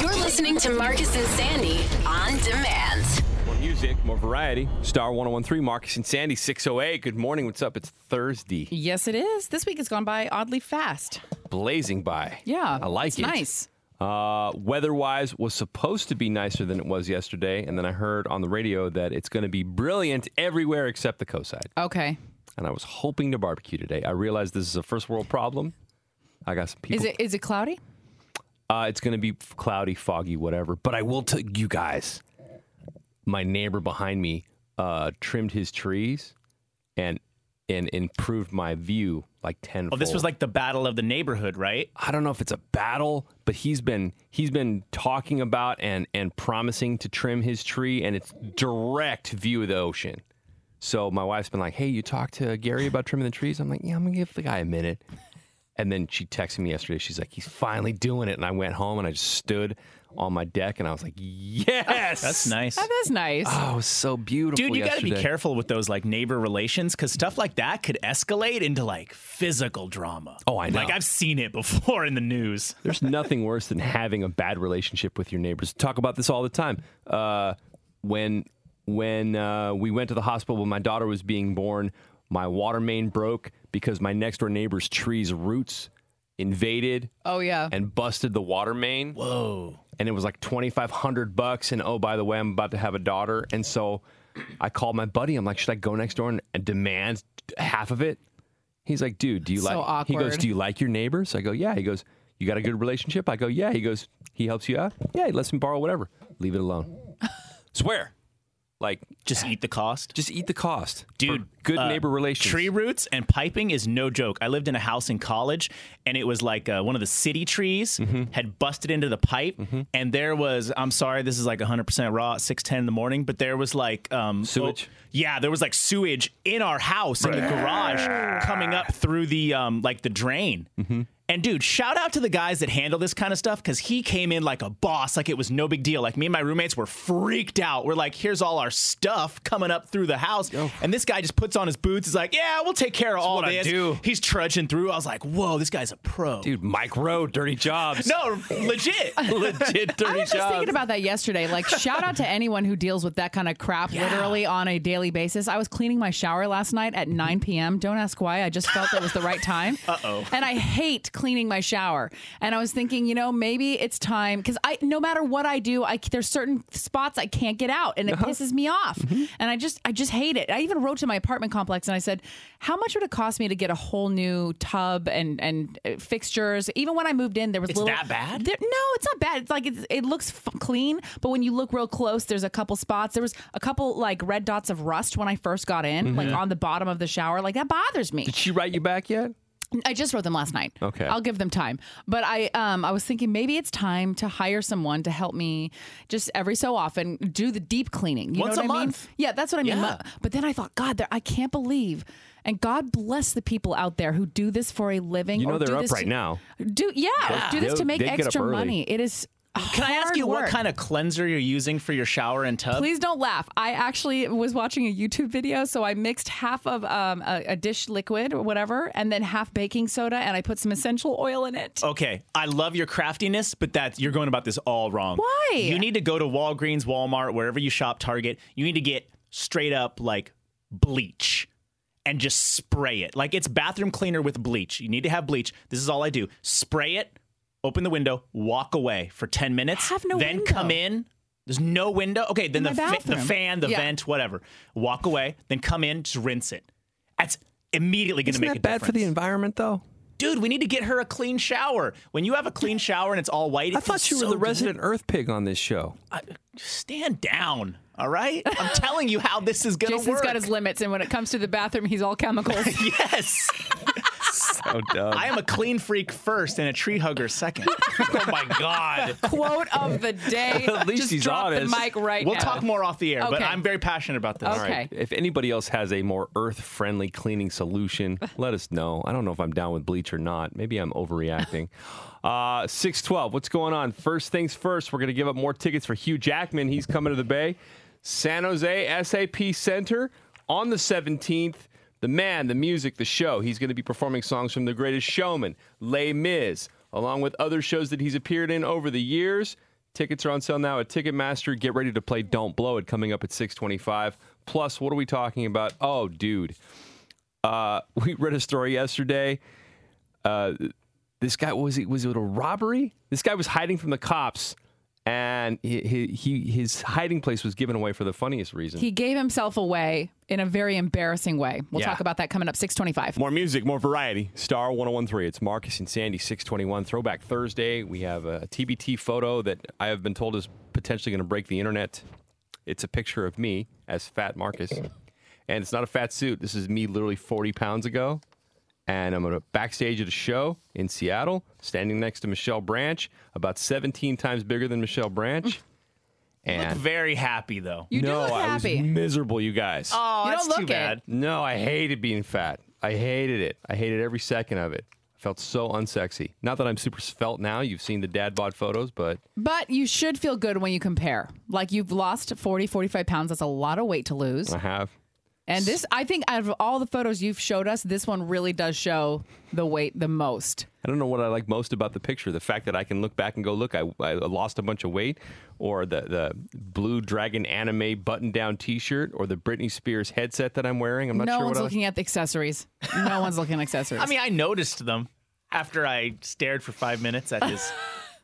You're listening to Marcus and Sandy on demand. More music, more variety. Star 1013, Marcus and Sandy, 608. Good morning. What's up? It's Thursday. Yes, it is. This week has gone by oddly fast. Blazing by. Yeah, I like it's it. nice. Uh, weather wise, was supposed to be nicer than it was yesterday. And then I heard on the radio that it's going to be brilliant everywhere except the coast side. Okay. And I was hoping to barbecue today. I realized this is a first world problem. I got some people. Is it is it cloudy? Uh, it's going to be f- cloudy, foggy, whatever. But I will tell you guys, my neighbor behind me uh, trimmed his trees and and improved my view like ten. Oh, this was like the battle of the neighborhood, right? I don't know if it's a battle, but he's been he's been talking about and and promising to trim his tree, and it's direct view of the ocean. So my wife's been like, "Hey, you talked to Gary about trimming the trees?" I'm like, "Yeah, I'm gonna give the guy a minute." And then she texted me yesterday. She's like, "He's finally doing it." And I went home and I just stood on my deck and I was like, "Yes, That's nice. That is nice. Oh, it was so beautiful, Dude, you got to be yesterday. careful with those like neighbor relations because stuff like that could escalate into like physical drama. Oh, I know. Like I've seen it before in the news. There's nothing worse than having a bad relationship with your neighbors. Talk about this all the time. Uh, when when uh, we went to the hospital when my daughter was being born, my water main broke because my next door neighbor's tree's roots invaded oh yeah. and busted the water main. Whoa! And it was like twenty five hundred bucks. And oh, by the way, I'm about to have a daughter, and so I called my buddy. I'm like, should I go next door and, and demand half of it? He's like, dude, do you So like? He goes, awkward. do you like your neighbors? I go, yeah. He goes, you got a good relationship? I go, yeah. He goes, he helps you out? Yeah. He lets me borrow whatever. Leave it alone. Swear, like Just eat the cost. just eat the cost, for Dude, Good uh, neighbor relations. Tree roots and piping is no joke. I lived in a house in college, and it was like uh, one of the city trees Mm-hmm. had busted into the pipe, and there was. I'm sorry, this is like 100% raw. at 6:10 in the morning, but there was like um, Sewage? oh, yeah, there was like sewage in our house in the garage coming up through the um, like the drain. Mm-hmm. And dude, shout out to the guys that handle this kind of stuff because he came in like a boss, like it was no big deal. Like me and my roommates were freaked out. We're like, here's all our stuff coming up through the house. And this guy just puts on his boots. He's like, yeah, we'll take care of all what I this. do. He's trudging through. I was like, whoa, this guy's a pro. Dude, Mike Rowe, dirty jobs. No, legit. legit dirty I was just jobs. thinking about that yesterday. Like, shout out to anyone who deals with that kind of crap literally on a daily basis. I was cleaning my shower last night at 9 p.m. Don't ask why. I just felt it was the right time. Uh oh. And I hate cleaning my shower. And I was thinking, you know, maybe it's time because I, no matter what I do, I there's certain spots I can't get out, and it Uh-huh. pisses me off. Mm-hmm. And I just, I just hate it. I even wrote to my apartment complex and I said, how much would it cost me to get a whole new tub and and uh, fixtures? Even when I moved in, there was It's little that bad? there- no, it's not bad. It's like it's, it looks f- clean, but when you look real close, there's a couple spots. There was a couple like red dots of rust when I first got in, like on the bottom of the shower. Like that bothers me. Mm-hmm. Did she write you back yet? I just wrote them last night. Okay. I'll give them time. But I um I was thinking maybe it's time to hire someone to help me just every so often do the deep cleaning. You Once know a what I month. mean? Yeah, that's what I mean. Yeah. But then I thought, God, there I can't believe and God bless the people out there who do this for a living. You know or they're do up Oh, this right to- now. Do yeah, do this They'll- to make they get up extra early. money. It is Can I ask you what kind of cleanser you're using for your shower and tub? Please don't laugh. I actually was watching a YouTube video, so I mixed half of um, a, a dish liquid or whatever, and then half baking soda, and I put some essential oil in it. Okay, I love your craftiness, but that you're going about this all wrong. Why? You need to go to Walgreens, Walmart, wherever you shop, Target. You need to get straight up like bleach and just spray it. Like it's bathroom cleaner with bleach. You need to have bleach. This is all I do. Spray it, open the window, walk away for 10 minutes, have no then window. come in. There's no window. Okay, then my the, fa- the bathroom. fan, the Yeah. vent, whatever. Walk away, then come in, just rinse it. That's immediately going to Isn't make that a bad for the difference environment, though? dude, we need to get her a clean shower. When you have a clean shower and it's all white, it I thought feels you were so the resident Earth pig on this show. good. I- stand down, all right? I'm telling you how this is gonna Jason's work. got his limits, and when it comes to the bathroom, he's all chemicals. yes. so dumb. I am a clean freak first and a tree hugger second. oh my god. Quote of the day. At least Just he's drop honest. the mic right We'll now. talk more off the air, but Okay. I'm very passionate about this. Okay. All right. If anybody else has a more earth-friendly cleaning solution, let us know. I don't know if I'm down with bleach or not. Maybe I'm overreacting. Uh, Six twelve. What's going on? First things first. We're gonna give up more tickets for Hugh Jackman. He's coming to the Bay, San Jose SAP Center on the 17th. The man, the music, the show. He's gonna be performing songs from The Greatest Showman, Les Mis, along with other shows that he's appeared in over the years. Tickets are on sale now at Ticketmaster. Get ready to play Don't Blow It coming up at 625. Plus, what are we talking about? Oh, dude. Uh, we read a story yesterday. Uh, this guy was it was it a robbery? This guy was hiding from the cops, and he, he, he his hiding place was given away for the funniest reason. He gave himself away in a very embarrassing way. We'll Yeah. talk about that coming up 625. More music, more variety. Star 1013. It's Marcus and Sandy 621 Throwback Thursday. We have a TBT photo that I have been told is potentially going to break the internet. It's a picture of me as fat Marcus. And it's not a fat suit. This is me literally 40 pounds ago. And I'm at a backstage at a show in Seattle, standing next to Michelle Branch, about 17 times bigger than Michelle Branch. And Very happy though. You no, do look I was happy. miserable, you guys. Oh, You that's don't too look it. bad. No, I hated being fat. I hated it. I hated every second of it. I felt so unsexy. Not that I'm super svelte now. You've seen the dad bod photos, but But you should feel good when you compare. Like you've lost 40, 45 pounds. That's a lot of weight to lose. I have. And this, I think, out of all the photos you've showed us, this one really does show the weight the most. I don't know what I like most about the picture. The fact that I can look back and go, look, I, I lost a bunch of weight, or the, the blue dragon anime button down t shirt, or the Britney Spears headset that I'm wearing. I'm not no sure one's what I looking at the accessories. No one's looking at accessories. I mean, I noticed them after I stared for five minutes at his.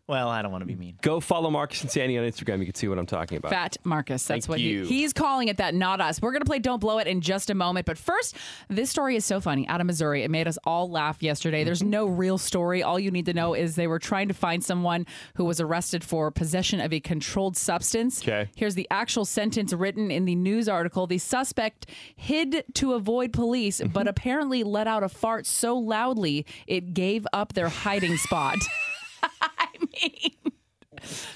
well, I don't want to be mean. Go follow Marcus and Sandy on Instagram. You can see what I'm talking about. Fat Marcus. That's Thank what he, you. he's calling it that, not us. We're going to play Don't Blow It in just a moment. But first, this story is so funny out of Missouri. It made us all laugh yesterday. There's Mm-hmm. no real story. All you need to know is they were trying to find someone who was arrested for possession of a controlled substance. Okay. Here's the actual sentence written in the news article. The suspect hid to avoid police, but apparently let out a fart so loudly it gave up their hiding spot.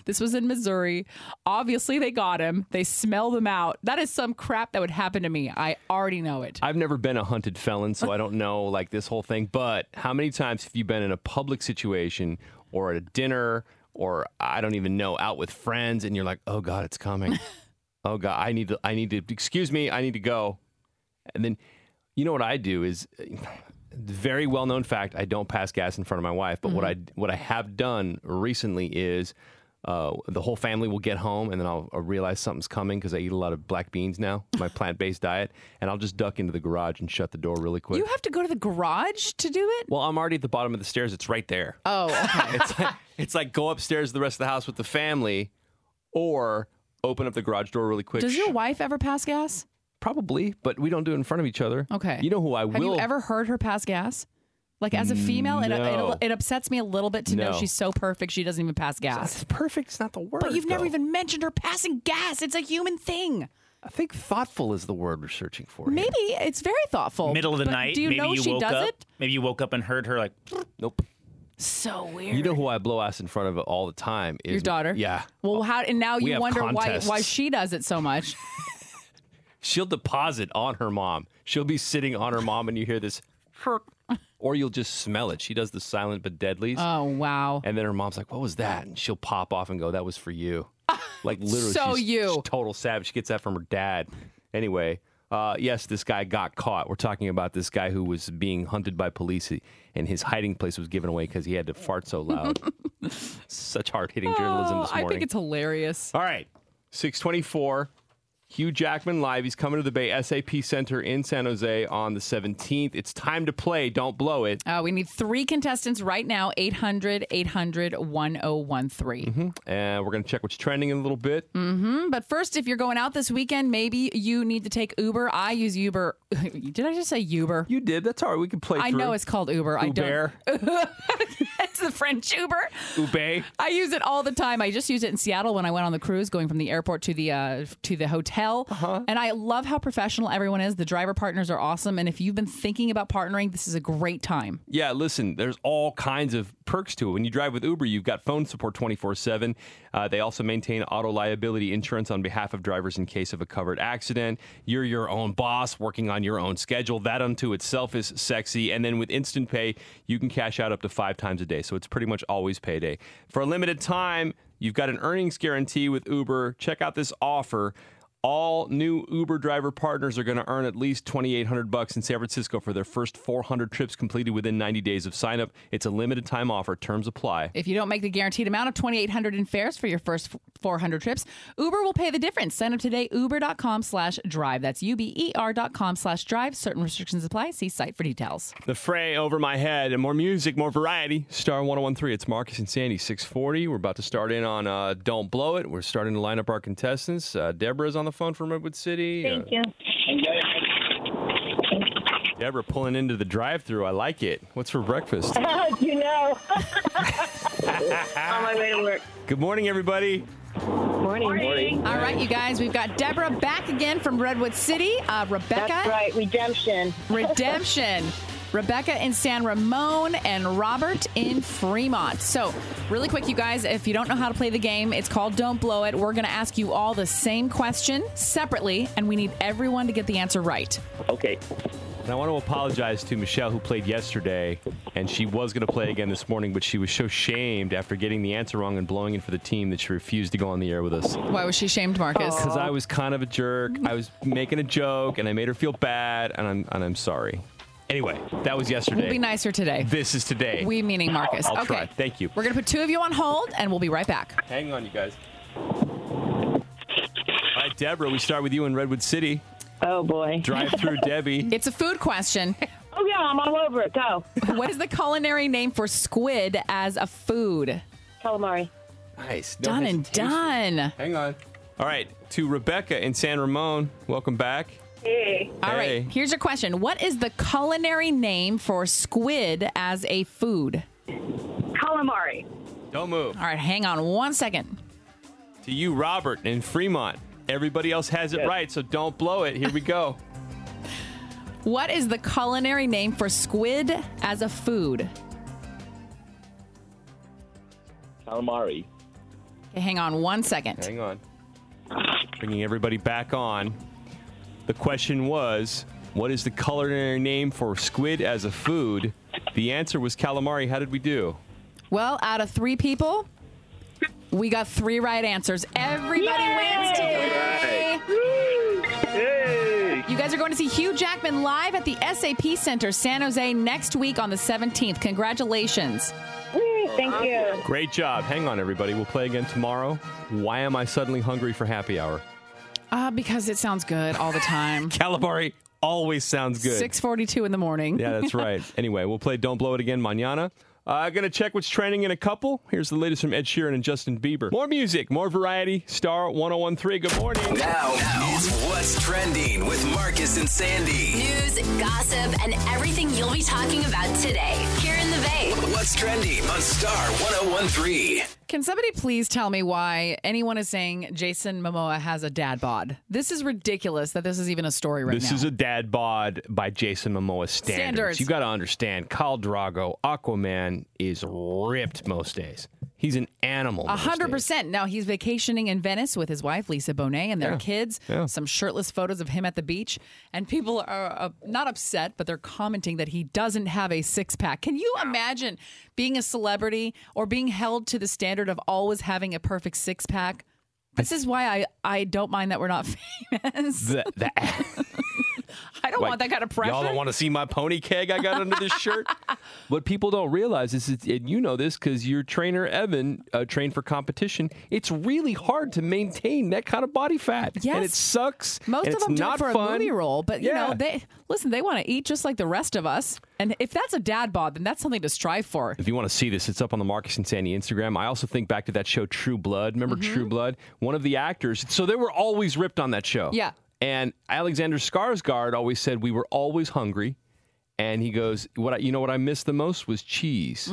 This was in Missouri. Obviously, they got him. They smell them out. That is some crap that would happen to me. I already know it. I've never been a hunted felon, so I don't know like this whole thing. But how many times have you been in a public situation or at a dinner or I don't even know out with friends and you're like, oh god, it's coming. oh god, I need to. I need to. Excuse me, I need to go. And then you know what I do is very well known fact. I don't pass gas in front of my wife, but what I Mm-hmm. what I have done recently is. Uh, the whole family will get home, and then I'll, I'll realize something's coming because I eat a lot of black beans now, my plant-based diet, and I'll just duck into the garage and shut the door really quick. You have to go to the garage to do it? well, I'm already at the bottom of the stairs; it's right there. Oh, okay. It's like, it's like go upstairs to the rest of the house with the family, or open up the garage door really quick. Does Sh- your wife ever pass gas? Probably, but we don't do it in front of each other. Okay. You know who I Have will. you ever heard her pass gas? Like as a female, it, No. it, it upsets me a little bit to know No. she's so perfect she doesn't even pass gas. That's perfect. It's not the word. But you've never though. even mentioned her passing gas. It's a human thing. I think thoughtful is the word we're searching for. here. Maybe it's very thoughtful. Middle of the But night. Do you maybe know you she woke does up. it? Maybe you woke up and heard her like. Nope. So weird. You know who I blow ass in front of all the time is Your daughter? Yeah. Well, how and now We you have wonder why why contests. she does it so much. She'll deposit on her mom. She'll be sitting on her mom, and you hear this, or you'll just smell it. She does the silent but deadlies. Oh wow. And then her mom's like, "What was that?" And she'll pop off and go, "That was for you." Like literally, So she's, you. she's total savage. She gets that from her dad. Anyway, uh, yes, this guy got caught. We're talking about this guy who was being hunted by police, and his hiding place was given away because he had to fart so loud. Such hard hitting journalism this Oh, I morning. think it's hilarious. All right. 624. Hugh Jackman live. He's coming to the Bay SAP Center in San Jose on the 17th. It's time to play. Don't blow it. Uh, we need three contestants right now 800 800 1013. And we're going to check what's trending in a little bit. But first, if you're going out this weekend, maybe you need to take Uber. I use Uber. Did I just say Uber? You did. That's all right. We can play I through. know it's called Uber. I don't. Uber. It's the French Uber. Ube. I use it all the time. I just used it in Seattle when I went on the cruise, going from the airport to the uh, to the hotel. hell. Uh-huh. And I love how professional everyone is. The driver partners are awesome. And if you've been thinking about partnering, this is a great time. Yeah, listen, there's all kinds of perks to it. When you drive with Uber, you've got phone support 24 7. They also maintain auto liability insurance on behalf of drivers in case of a covered accident. You're your own boss working on your own schedule. That unto itself is sexy. And then with Instant Pay, you can cash out up to five times a day. So it's pretty much always payday. For a limited time, you've got an earnings guarantee with Uber. Check out this offer. All new Uber driver partners are going to earn at least 2800 bucks in San Francisco for their first 400 trips completed within 90 days of sign up. It's a limited time offer. Terms apply. If you don't make the guaranteed amount of 2800 in fares for your first f- 400 trips, Uber will pay the difference. Sign up today, uber.com slash drive. That's U-B-E-R dot com slash drive. Certain restrictions apply. See site for details. The fray over my head and more music, more variety. Star 1013. It's Marcus and Sandy 640. We're about to start in on uh, Don't Blow It. We're starting to line up our contestants. Uh, Deborah's on the phone from Redwood City. Uh, Thank you. Deborah pulling into the drive through. I like it. What's for breakfast? you know. On my way to work. Good morning, everybody. Morning. Morning. All right, you guys, we've got Deborah back again from Redwood City. Uh, Rebecca. That's right. Redemption. Redemption. Rebecca in San Ramon and Robert in Fremont. So, really quick, you guys, if you don't know how to play the game, it's called Don't Blow It. We're going to ask you all the same question separately, and we need everyone to get the answer right. Okay. And I want to apologize to Michelle, who played yesterday, and she was going to play again this morning, but she was so shamed after getting the answer wrong and blowing it for the team that she refused to go on the air with us. Why was she shamed, Marcus? Because I was kind of a jerk. I was making a joke, and I made her feel bad, and I'm, and I'm sorry. Anyway, that was yesterday. We'll be nicer today. This is today. We meaning Marcus. I'll okay. try. Thank you. We're going to put two of you on hold, and we'll be right back. Hang on, you guys. All right, Deborah, we start with you in Redwood City. Oh, boy. Drive through Debbie. It's a food question. Oh, yeah. I'm all over it. Go. what is the culinary name for squid as a food? Calamari. Nice. No Done and hesitation. done. Hang on. All right, to Rebecca in San Ramon. Welcome back. Hey. All right, Hey. here's your question. What is the culinary name for squid as a food? Calamari. Don't move. All right, hang on one second. To you, Robert in Fremont. Everybody else has it right, so don't blow it. Here we go. What is the culinary name for squid as a food? Calamari. Okay, hang on one second. Hang on. Bringing everybody back on. The question was what is the culinary name for squid as a food? The answer was calamari. How did we do? Well, out of three people, we got three right answers. Everybody wins today. Hey! You guys are going to see Hugh Jackman live at the SAP Center San Jose next week on the 17th. Congratulations. Thank you. Great job. Hang on, everybody. We'll play again tomorrow. Why am I suddenly hungry for happy hour? Uh, because it sounds good all the time. Calamari always sounds good. 6:42 in the morning. Yeah, that's right. anyway, we'll play Don't Blow It Again manana. Uh, I'm going to check what's trending in a couple. Here's the latest from Ed Sheeran and Justin Bieber. More music, more variety. Star 1013. Good morning. Now, it's What's Trending with Marcus and Sandy. News, gossip, and everything you'll be talking about today here in the Bay. What's Trending on Star 1013. Can somebody please tell me why anyone is saying Jason Momoa has a dad bod? This is ridiculous that this is even a story right This now. is a dad bod by Jason Momoa standards. Standards. You got to understand, Khal Drago, Aquaman, is ripped most days. He's an animal. a most hundred days. percent. Now he's vacationing in Venice with his wife Lisa Bonet and their kids. yeah. Some shirtless photos of him at the beach, and people are uh, not upset, but they're commenting that he doesn't have a six pack. Can you imagine being a celebrity or being held to the standard of always having a perfect six pack? This is why I, I don't mind that we're not famous. The, the, I don't like, want that kind of pressure. Y'all don't want to see my pony keg I got under this shirt. What people don't realize is, it's, and you know this because your trainer Evan uh, trained for competition. It's really hard to maintain that kind of body fat. and it Yes. sucks. Most of and it's them do not it for fun. a movie role, but you Yeah. know, they listen. They want to eat just like the rest of us, and if that's a dad bod, then that's something to strive for. If you want to see this, it's up on the Marcus and Sandy Instagram. I also think back to that show True Blood. Remember Mm-hmm. True Blood? One of the actors. So they were always ripped on that show. Yeah. And Alexander Skarsgård always said we were Mm. always hungry, and he goes, "What I, you know? What I missed the most was cheese."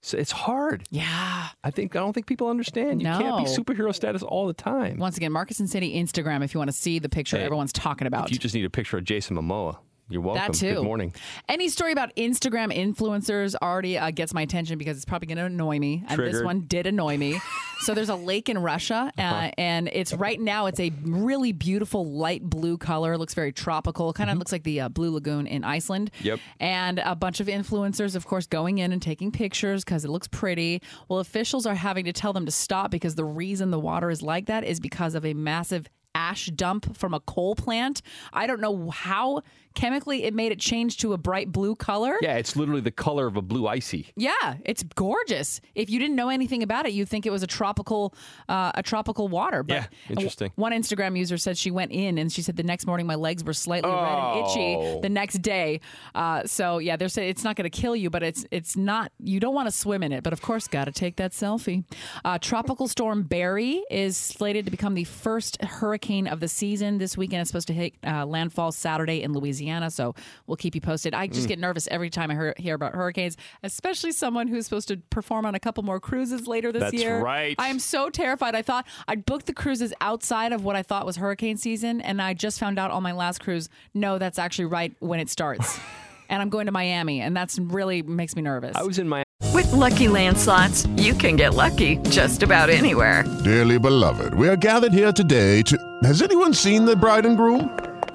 So it's hard. Yeah. I think I don't think people understand. You can't be No. superhero status all the time. Once again, Marcus and City Instagram if you want to see the picture Hey, everyone's talking about. If you just need a picture of Jason Momoa, you're welcome. That too. Good morning. Any story about Instagram influencers already uh, gets my attention because it's probably going to annoy me, and this Triggered. one did annoy me. so there's a lake in Russia, uh, Uh-huh. and it's right now it's a really beautiful light blue color. It looks very tropical, kind of looks like the uh, blue lagoon in Iceland. Mm-hmm. Yep. And a bunch of influencers, of course, going in and taking pictures because it looks pretty. Well, officials are having to tell them to stop because the reason the water is like that is because of a massive ash dump from a coal plant. I don't know how chemically it made it change to a bright blue color. Yeah, it's literally the color of a blue icy. Yeah, it's gorgeous. If you didn't know anything about it, you'd think it was a tropical, uh, a tropical water. But Yeah, interesting. One Instagram user said she went in and she said the next morning my legs were slightly red Oh. and itchy. The next day, uh, so yeah, they're saying it's not going to kill you, but it's it's not. You don't want to swim in it, but of course, got to take that selfie. Uh, tropical storm Barry is slated to become the first hurricane of the season this weekend. It's supposed to hit uh, landfall Saturday in Louisiana, so we'll keep you posted. I Mm. just get nervous every time I hear, hear about hurricanes, especially someone who's supposed to perform on a couple more cruises later this That's year. right. I am so terrified. I thought I'd booked the cruises outside of what I thought was hurricane season, and I just found out on my last cruise, no, that's actually right when it starts. and I'm going to Miami, and that's really makes me nervous. I was in my With Lucky Land slots, you can get lucky just about anywhere. Dearly beloved, we are gathered here today to. Has anyone seen the bride and groom?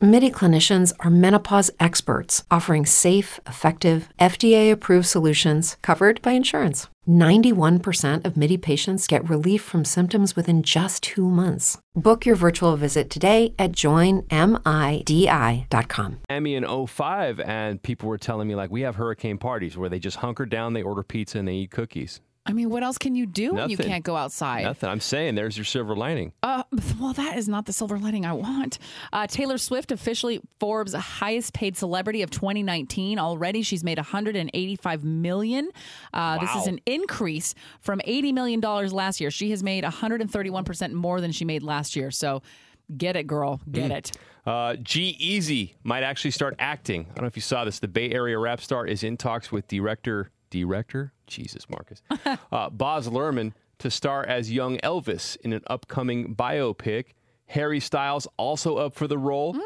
MIDI clinicians are menopause experts offering safe, effective, FDA approved solutions covered by insurance. 91% of MIDI patients get relief from symptoms within just two months. Book your virtual visit today at joinmidi.com. Miami in 05 and people were telling me like we have hurricane parties where they just hunker down, they order pizza and they eat cookies. I mean, what else can you do when you Nothing. can't go outside? Nothing. I'm saying there's your silver lining. Uh, well, that is not the silver lining I want. Uh, Taylor Swift, officially Forbes' highest paid celebrity of 2019. Already, she's made 185 million. Uh, This is Wow. an increase from 80 million dollars last year. She has made 131 percent more than she made last year. So, get it, girl, get Mm. it. Uh, G Easy might actually start acting. I don't know if you saw this. The Bay Area rap star is in talks with director, director, Jesus Marcus, uh, Boz Lerman to star as young Elvis in an upcoming biopic. Harry Styles also up for the role.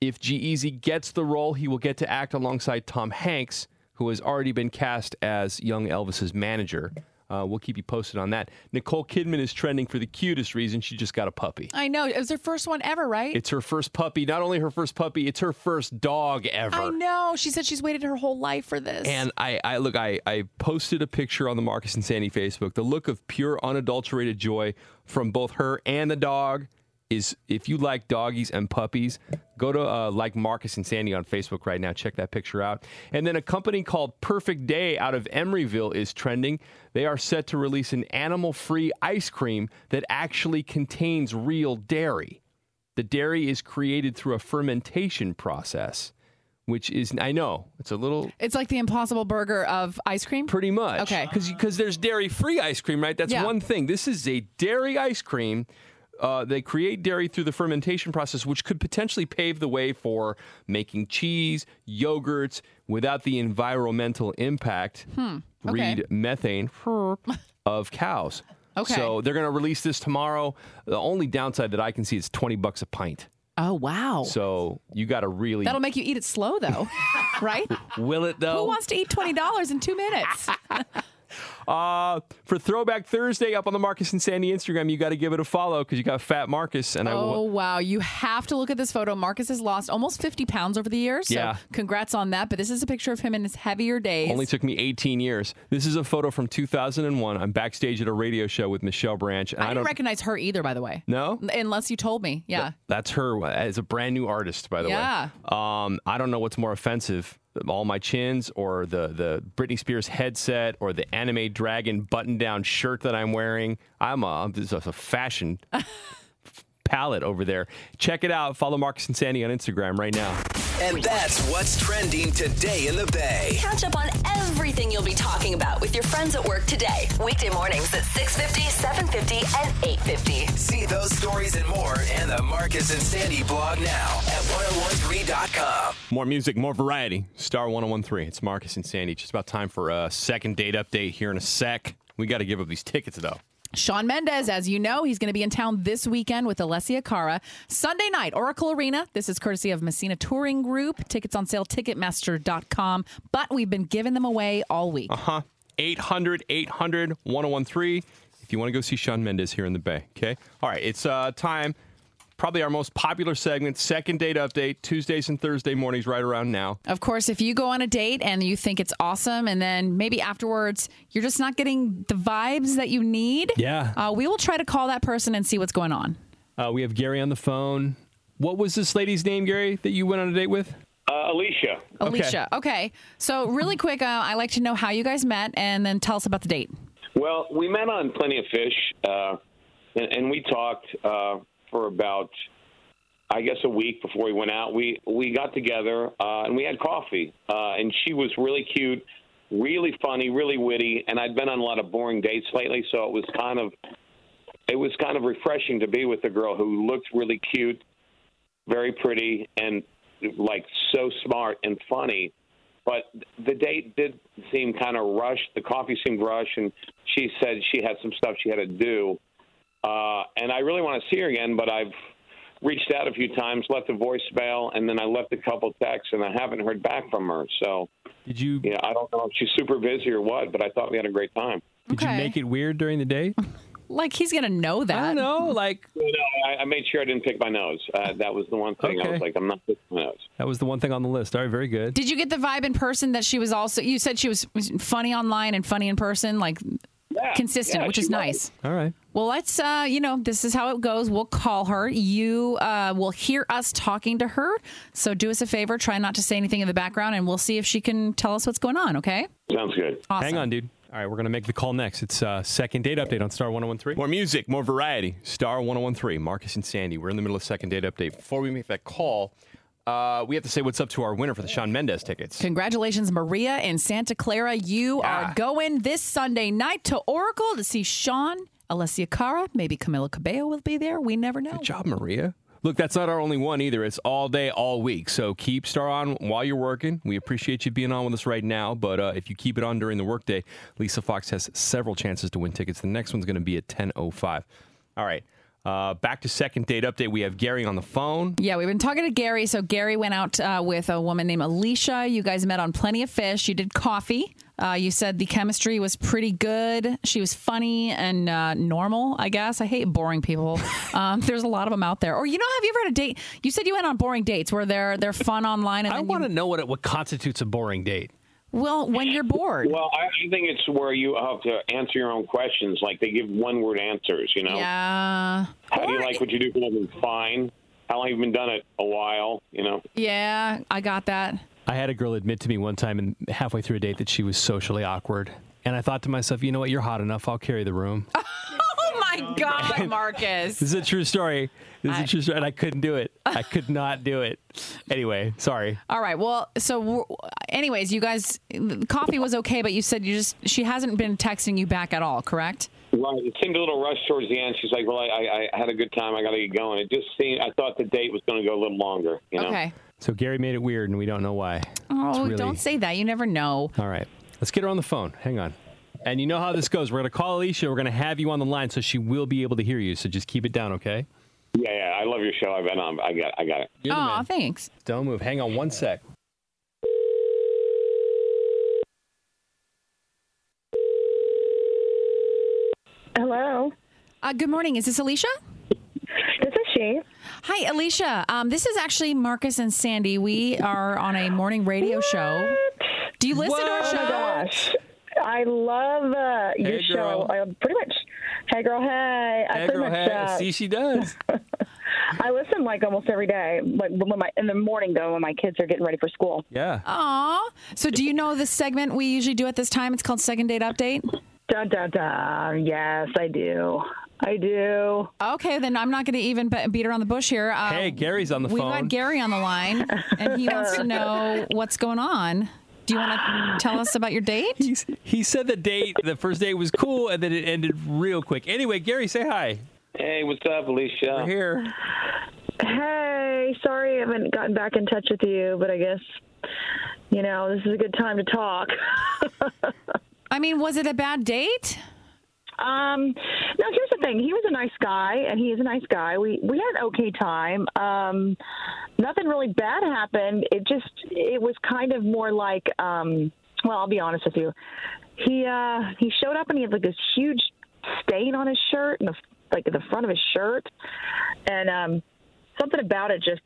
If G Easy gets the role, he will get to act alongside Tom Hanks, who has already been cast as young Elvis's manager. Uh, we'll keep you posted on that. Nicole Kidman is trending for the cutest reason. She just got a puppy. I know it was her first one ever, right? It's her first puppy. Not only her first puppy, it's her first dog ever. I know. She said she's waited her whole life for this. And I, I look, I, I posted a picture on the Marcus and Sandy Facebook. The look of pure, unadulterated joy from both her and the dog is. If you like doggies and puppies, go to uh, like Marcus and Sandy on Facebook right now. Check that picture out. And then a company called Perfect Day out of Emeryville is trending. They are set to release an animal-free ice cream that actually contains real dairy. The dairy is created through a fermentation process, which is I know it's a little it's like the Impossible Burger of ice cream. Pretty much. Okay. Because there's dairy free ice cream, right? That's Yeah. one thing. This is a dairy ice cream. Uh, they create dairy through the fermentation process, which could potentially pave the way for making cheese, yogurts without the environmental impact. Hmm. Okay. Read methane of cows. Okay. So they're going to release this tomorrow. The only downside that I can see is 20 bucks a pint. Oh wow. So you got to really. That'll make you eat it slow, though, right? Will it though? Who wants to eat twenty dollars in two minutes? Uh, for Throwback Thursday up on the Marcus and Sandy Instagram, you got to give it a follow because you got Fat Marcus, and I Oh wa- wow, you have to look at this photo. Marcus has lost almost 50 pounds over the years. So Yeah. congrats on that. But this is a picture of him in his heavier days. Only took me 18 years. This is a photo from 2001. I'm backstage at a radio show with Michelle Branch. And I, I don't didn't recognize her either, by the way. No? Unless you told me. Yeah. That's her as a brand new artist, by the Yeah. way. Um, I don't know what's more offensive, all my chins or the the Britney Spears headset or the anime dragon button down shirt that I'm wearing. I'm a I'm just a fashion palette over there. Check it out. Follow Marcus and Sandy on Instagram right now. And that's what's trending today in the Bay. Catch up on everything you'll be talking about with your friends at work today. Weekday mornings at 6.50, 7.50, and 8.50. See those stories and more in the Marcus and Sandy blog now at 1013.com. More music, more variety. Star 1013. It's Marcus and Sandy. Just about time for a second date update here in a sec. We got to give up these tickets, though. Sean Mendez, as you know, he's going to be in town this weekend with Alessia Cara. Sunday night, Oracle Arena. This is courtesy of Messina Touring Group. Tickets on sale, Ticketmaster.com. But we've been giving them away all week. Uh huh. 800 800 1013 if you want to go see Sean Mendes here in the Bay. Okay. All right. It's uh, time. Probably our most popular segment, second date update, Tuesdays and Thursday mornings, right around now. Of course, if you go on a date and you think it's awesome, and then maybe afterwards you're just not getting the vibes that you need, Yeah. uh, we will try to call that person and see what's going on. Uh, we have Gary on the phone. What was this lady's name, Gary, that you went on a date with? Uh, Alicia. Alicia. Okay. So, really quick, uh, I like to know how you guys met and then tell us about the date. Well, we met on Plenty of Fish, uh, and, and we talked uh, for about, I guess, a week before we went out. We we got together uh, and we had coffee, uh, and she was really cute, really funny, really witty, and I'd been on a lot of boring dates lately, so it was kind of it was kind of refreshing to be with a girl who looked really cute, very pretty, and like so smart and funny. But the date did seem kind of rushed. The coffee seemed rushed, and she said she had some stuff she had to do. Uh, and I really want to see her again, but I've reached out a few times, left a voicemail, and then I left a couple texts, and I haven't heard back from her. So, did you? Yeah, I don't know if she's super busy or what, but I thought we had a great time. Did you make it weird during the date? Like, he's going to know that. I know. Like, No, I, I made sure I didn't pick my nose. Uh, that was the one thing I was Okay. like, I'm not picking my nose. That was the one thing on the list. All right, very good. Did you get the vibe in person that she was also, you said she was funny online and funny in person, like consistent, yeah, which she is was. nice. All right. Well, let's, uh, you know, this is how it goes. We'll call her. You uh, will hear us talking to her. So do us a favor, try not to say anything in the background, and we'll see if she can tell us what's going on, okay? Sounds good. Awesome. Hang on, dude. All right, we're going to make the call next. It's uh, second date update on Star 1013. More music, more variety. Star 1013, Marcus and Sandy. We're in the middle of second date update. Before we make that call, uh, we have to say what's up to our winner for the Sean Mendez tickets. Congratulations, Maria in Santa Clara. You are going this Sunday night to Oracle to see Sean, Alessia Cara, maybe Camila Cabello will be there. We never know. Good job, Maria. Look, that's not our only one either. It's all day, all week. So keep Star on while you're working. We appreciate you being on with us right now. But uh, if you keep it on during the workday, Lisa Fox has several chances to win tickets. The next one's going to be at 10.05. All right, uh, back to second date update. We have Gary on the phone. Yeah, we've been talking to Gary. So Gary went out uh, with a woman named Alicia. You guys met on Plenty of Fish. You did coffee. Uh, you said the chemistry was pretty good. She was funny and uh, normal, I guess. I hate boring people. Um, there's a lot of them out there. Or you know, have you ever had a date? You said you went on boring dates where they're they're fun online. And I then you- want to know what it, what constitutes a boring date. well, when you're bored. Well, I I think it's where you have to answer your own questions. Like they give one word answers, you know? Yeah. How do you like what you do for a living? Fine. How long have you been done it? A while, you know? Yeah, I got that. I had a girl admit to me one time and halfway through a date that she was socially awkward. And I thought to myself, you know what, you're hot enough. I'll carry the room. Oh my God, Marcus. this is a true story. This is a true story. And I couldn't do it. I could not do it. Anyway, sorry. All right. Well, so w- anyways, you guys, the coffee was okay, but you said you just she hasn't been texting you back at all, correct? Right. It seemed a little rushed towards the end. She's like, well, I, I, I had a good time. I got to get going. It just seemed, I thought the date was going to go a little longer, you know? Okay. So Gary made it weird and we don't know why. It's Oh, really- don't say that. You never know. All right. Let's get her on the phone. Hang on. And you know how this goes. We're going to call Alicia. We're going to have you on the line so she will be able to hear you. So just keep it down, okay? Yeah, yeah. I love your show. I've been on. I got, I got it. Oh, thanks. Don't move. Hang on one sec. Hello. Uh, good morning. Is this Alicia? This is she. Hi, Alicia. Um, this is actually Marcus and Sandy. We are on a morning radio show. Do you listen to our show? Oh my gosh. I love uh, your Hey, show. girl. I pretty much, hey girl, hey. I Hey, pretty girl, much, hey. uh, See, she does. I listen like almost every day, like when my in the morning though when my kids are getting ready for school. Yeah. Aw. So, do you know the segment we usually do at this time? It's called Second Date Update. Dun dun dun. Yes, I do. I do. Okay, then I'm not going to even be- beat around the bush here. Uh, Hey, Gary's on the we've phone. got Gary on the line, and he wants to know what's going on. Do you want to tell us about your date? He said the date, the first date was cool, and then it ended real quick. Anyway, Gary, say hi. Hey, what's up, Alicia? We're here. Hey, sorry I haven't gotten back in touch with you, but I guess you know this is a good time to talk. I mean, was it a bad date? Um, no. Here's the thing. He was a nice guy, and he is a nice guy. We we had an okay time. Um, nothing really bad happened. It just it was kind of more like um. Well, I'll be honest with you. He uh he showed up and he had like this huge stain on his shirt and the like the front of his shirt, and um something about it just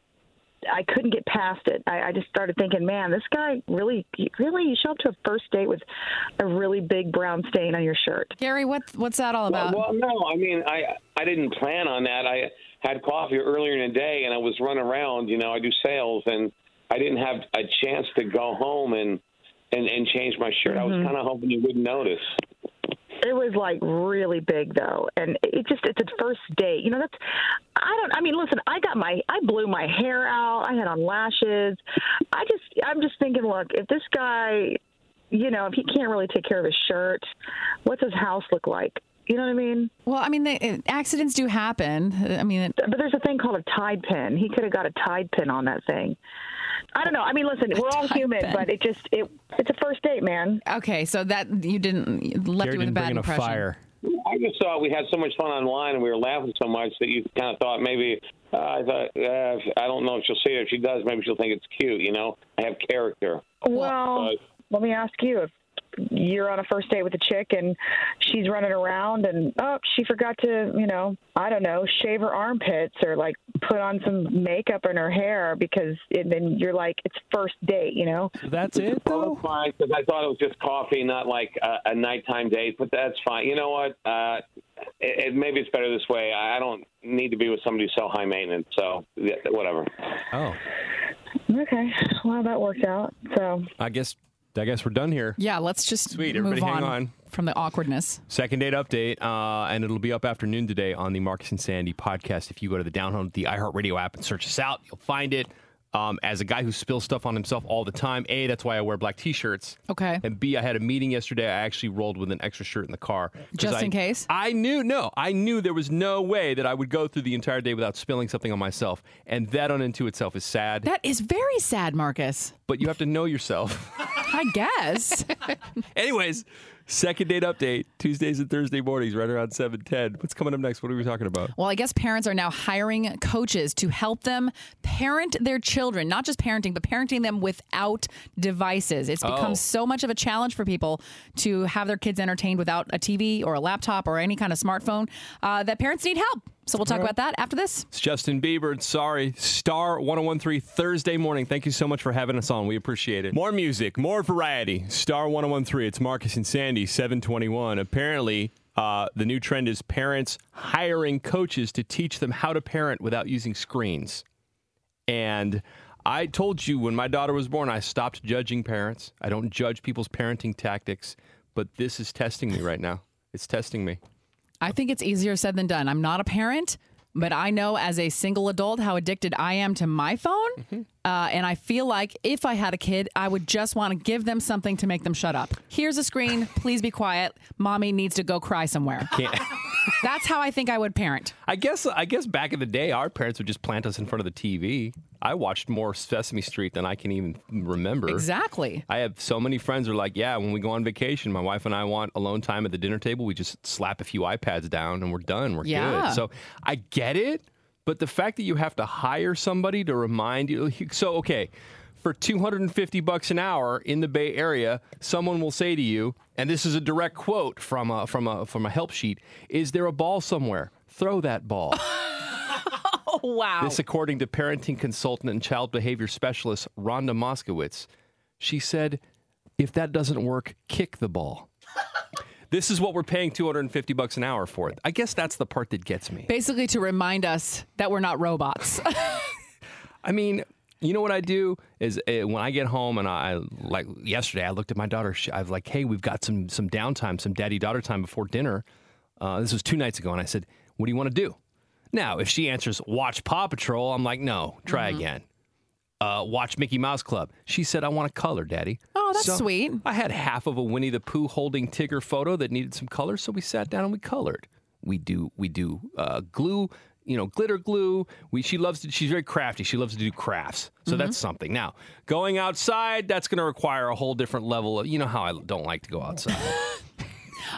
I couldn't get past it. I, I just started thinking, man, this guy really, really, you show up to a first date with a really big brown stain on your shirt. Gary, what what's that all Well, about? well, no, I mean, I I didn't plan on that. I had coffee earlier in the day, and I was running around. You know, I do sales, and I didn't have a chance to go home and and and change my shirt. I was kind of hoping you wouldn't notice. It was like really big though, and it just it's a first date. You know, that's I don't. I mean, listen, I got my I blew my hair out. I had on lashes. I just I'm just thinking, look, if this guy, you know, if he can't really take care of his shirt, what's his house look like? You know what I mean? Well, I mean, they, accidents do happen. I mean, but there's a thing called a Tide pin. He could have got a Tide pin on that thing. I don't know. I mean, listen, we're all human, but it just it it's a first date, man. Okay, so that you didn't you left you with a bad impression. I just thought we had so much fun online, and we were laughing so much that you kind of thought maybe uh, I thought uh, I don't know if she'll see it. If she does, maybe she'll think it's cute. You know, I have character. Well, let me ask you if you're on a first date with a chick and she's running around and oh, she forgot to, you know, I don't know, shave her armpits or like put on some makeup in her hair because and then you're like it's first date, you know. That's it, though. That's fine because I thought it was just coffee, not like a, a nighttime date. But that's fine. You know what? Uh, it, it, maybe it's better this way. I I don't need to be with somebody who's so high maintenance. So yeah, whatever. Oh, Okay, well that worked out. So I guess I guess we're done here. Yeah, let's just Sweet, move everybody, hang on. from the awkwardness. Second date update, uh, and it'll be up afternoon today on the Marcus and Sandy podcast. If you go to the Down Home, the iHeartRadio app, and search us out, you'll find it. Um, as a guy who spills stuff on himself all the time, A, that's why I wear black t shirts. Okay. And B, I had a meeting yesterday. I actually rolled with an extra shirt in the car. 'Cause Just I- in case? I knew, no, I knew there was no way that I would go through the entire day without spilling something on myself. And that on into itself is sad. That is very sad, Marcus. but you have to know yourself. I guess. Anyways, second date update Tuesdays and Thursday mornings, right around seven ten. What's coming up next? What are we talking about? well, I guess parents are now hiring coaches to help them parent their children, not just parenting, but parenting them without devices. It's become Oh. so much of a challenge for people to have their kids entertained without a TV or a laptop or any kind of smartphone uh, that parents need help. So we'll talk about that after this. It's Justin Bieber. and Sorry, Star 1013 Thursday morning. Thank you so much for having us on. We appreciate it. More music, more variety. Star 1013. It's Marcus and Sandy, 721. Apparently, uh, the new trend is parents hiring coaches to teach them how to parent without using screens. And I told you when my daughter was born, I stopped judging parents. I don't judge people's parenting tactics, but this is testing me right now. It's testing me. I think it's easier said than done. I'm not a parent, but I know as a single adult how addicted I am to my phone. Mm-hmm. Uh, and I feel like if I had a kid, I would just want to give them something to make them shut up. Here's a screen. Please be quiet. Mommy needs to go cry somewhere. Can't. That's how I think I would parent. I guess I guess back in the day, our parents would just plant us in front of the TV. I watched more Sesame Street than I can even remember. Exactly. I have so many friends who are like, yeah, when we go on vacation, my wife and I want alone time at the dinner table. We just slap a few iPads down and we're done. We're Yeah. good. So I get it, but the fact that you have to hire somebody to remind you. So okay, for 250 bucks an hour in the Bay Area, someone will say to you, and this is a direct quote from a, from a from a help sheet, is there a ball somewhere? Throw that ball. Oh, wow. This, according to parenting consultant and child behavior specialist Rhonda Moskowitz, she said, "If that doesn't work, kick the ball." this is what we're paying 250 bucks an hour for. I guess that's the part that gets me. Basically, to remind us that we're not robots. I mean, you know what I do is uh, when I get home and I like yesterday I looked at my daughter. She, I was like, "Hey, we've got some some downtime, some daddy daughter time before dinner." Uh, this was two nights ago, and I said, "What do you want to do?" Now, if she answers, "Watch Paw Patrol," I'm like, "No, try Mm-hmm. again." Uh, watch Mickey Mouse Club. She said, "I want to color, Daddy." Oh, that's So sweet. I had half of a Winnie the Pooh holding Tigger photo that needed some color, so we sat down and we colored. We do we do uh, glue, you know, glitter glue. We she loves to she's very crafty. She loves to do crafts, so Mm-hmm. that's something. Now going outside, that's going to require a whole different level of you know how I don't like to go outside. Well,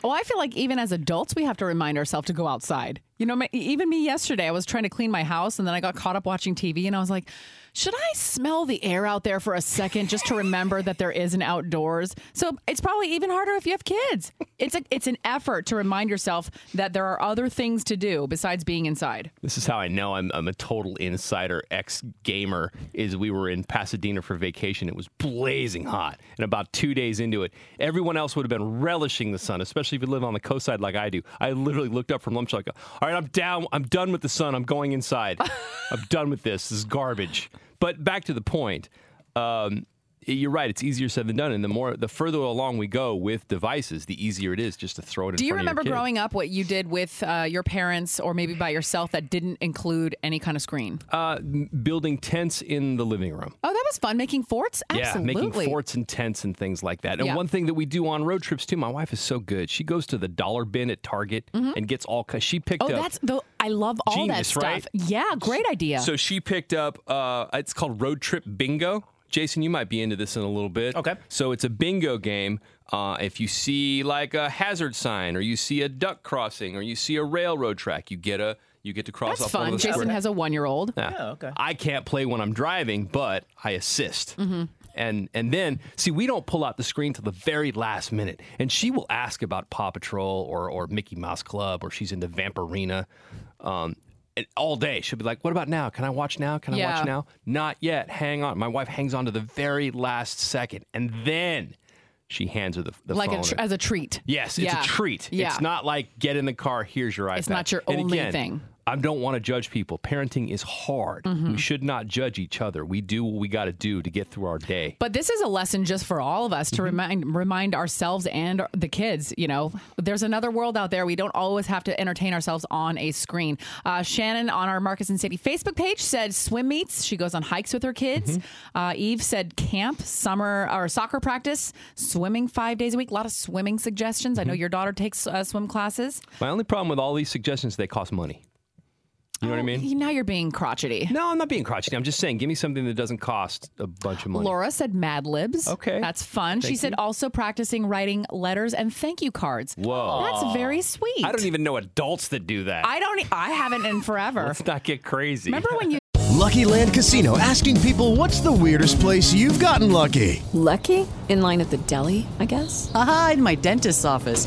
Oh, I feel like even as adults, we have to remind ourselves to go outside. You know, my, even me yesterday, I was trying to clean my house and then I got caught up watching TV and I was like, should I smell the air out there for a second just to remember that there is an outdoors? So it's probably even harder if you have kids. It's a, it's an effort to remind yourself that there are other things to do besides being inside. This is how I know I'm, I'm a total insider ex gamer. Is we were in Pasadena for vacation. It was blazing hot, and about two days into it, everyone else would have been relishing the sun, especially if you live on the coast side like I do. I literally looked up from lunch like, "All right, I'm down. I'm done with the sun. I'm going inside. I'm done with this. This is garbage." But back to the point. Um, you're right. It's easier said than done, and the more, the further along we go with devices, the easier it is just to throw it. in Do you front of your remember kid. growing up what you did with uh, your parents or maybe by yourself that didn't include any kind of screen? Uh, m- building tents in the living room. Oh, that was fun. Making forts? Absolutely. Yeah, making forts and tents and things like that. And Yeah. one thing that we do on road trips too, my wife is so good. She goes to the dollar bin at Target Mhm. and gets all cuz she picked Oh, up that's the I love all that Genius, stuff. right? Yeah, great idea. So she picked up. Uh, it's called Road Trip Bingo. Jason, you might be into this in a little bit. Okay. So it's a bingo game. Uh, if you see like a hazard sign, or you see a duck crossing, or you see a railroad track, you get a you get to cross That's off one fun. of the Jason squares. has a one-year-old. Yeah. I can't play when I'm driving, but I assist. Mhm. And and then see, we don't pull out the screen till the very last minute, and she will ask about Paw Patrol or or Mickey Mouse Club or she's into Vampirina, um, and all day. She'll be like, "What about now? Can I watch now? Can I Yeah. watch now? Not yet. Hang on." My wife hangs on to the very last second, and then she hands her the, the like a phone. tr- as a treat. Yes, it's Yeah. a treat. Yeah. It's not like get in the car, here's your iPad. It's not your And only again, thing. Mm-hmm. I don't want to judge people. Parenting is hard. We should not judge each other. We do what we got to do to get through our day. But this is a lesson just for all of Mm-hmm. us to remind remind ourselves and the kids. You know, there's another world out there. We don't always have to entertain ourselves on a screen. Uh, Shannon on our Marcus and City Facebook page said swim meets. She goes on hikes with her kids. Mm-hmm. Uh, Eve said camp, summer or soccer practice, swimming five days a week. A lot of swimming suggestions. I know Mm-hmm. your daughter takes uh, swim classes. My only problem with all these suggestions, they cost money. You know what I mean? Now you're being crotchety. No, I'm not being crotchety. I'm just saying, give me something that doesn't cost a bunch of money. Laura said Mad Libs. Okay. That's fun. she Thank said you. also practicing writing letters and thank you cards. Whoa. That's very sweet. I don't e- even know adults that do that. I don't e- I haven't in forever. Let's not get crazy. Remember when you Lucky Land Casino asking people what's the weirdest place you've gotten lucky? Lucky? In line at the deli, I guess? Aha, in my dentist's office.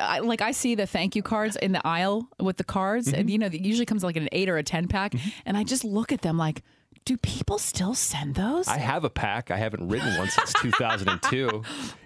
I, like I see the thank you cards in Mm-hmm. the aisle with the cards, and you know, it usually comes like in an eight or a ten pack, and I just look at them like, Do people still send those? I have a pack. I haven't written one since 2002.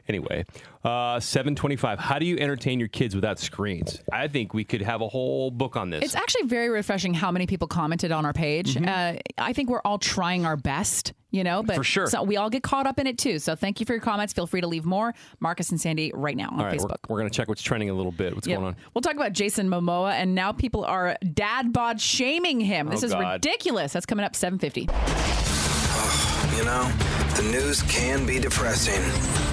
Anyway, uh, 725. How do you entertain your kids without screens? I think we could have a whole book on this. It's actually very refreshing how many people commented on our page. Uh, I think we're all trying our best, you know, but Mm-hmm. For sure. so we all get caught up in it too. So thank you for your comments. Feel free to leave more. Marcus and Sandy right now on All right, Facebook. we're, we're going to check what's trending a little bit. What's Yeah. going on? We'll talk about Jason Momoa, and now people are dad bod shaming him. This Oh, is God. ridiculous. That's coming up 750. You know, the news can be depressing.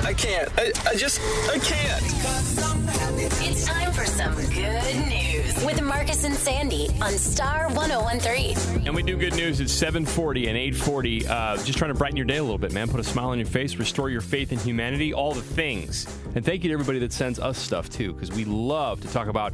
I can't. I, I just, I can't. It's time for some good news with Marcus and Sandy on Star 1013. And we do good news. It's 740 and 840. Uh, just trying to brighten your day a little bit, man. Put a smile on your face, restore your faith in humanity, all the things. And thank you to everybody that sends us stuff, too, because we love to talk about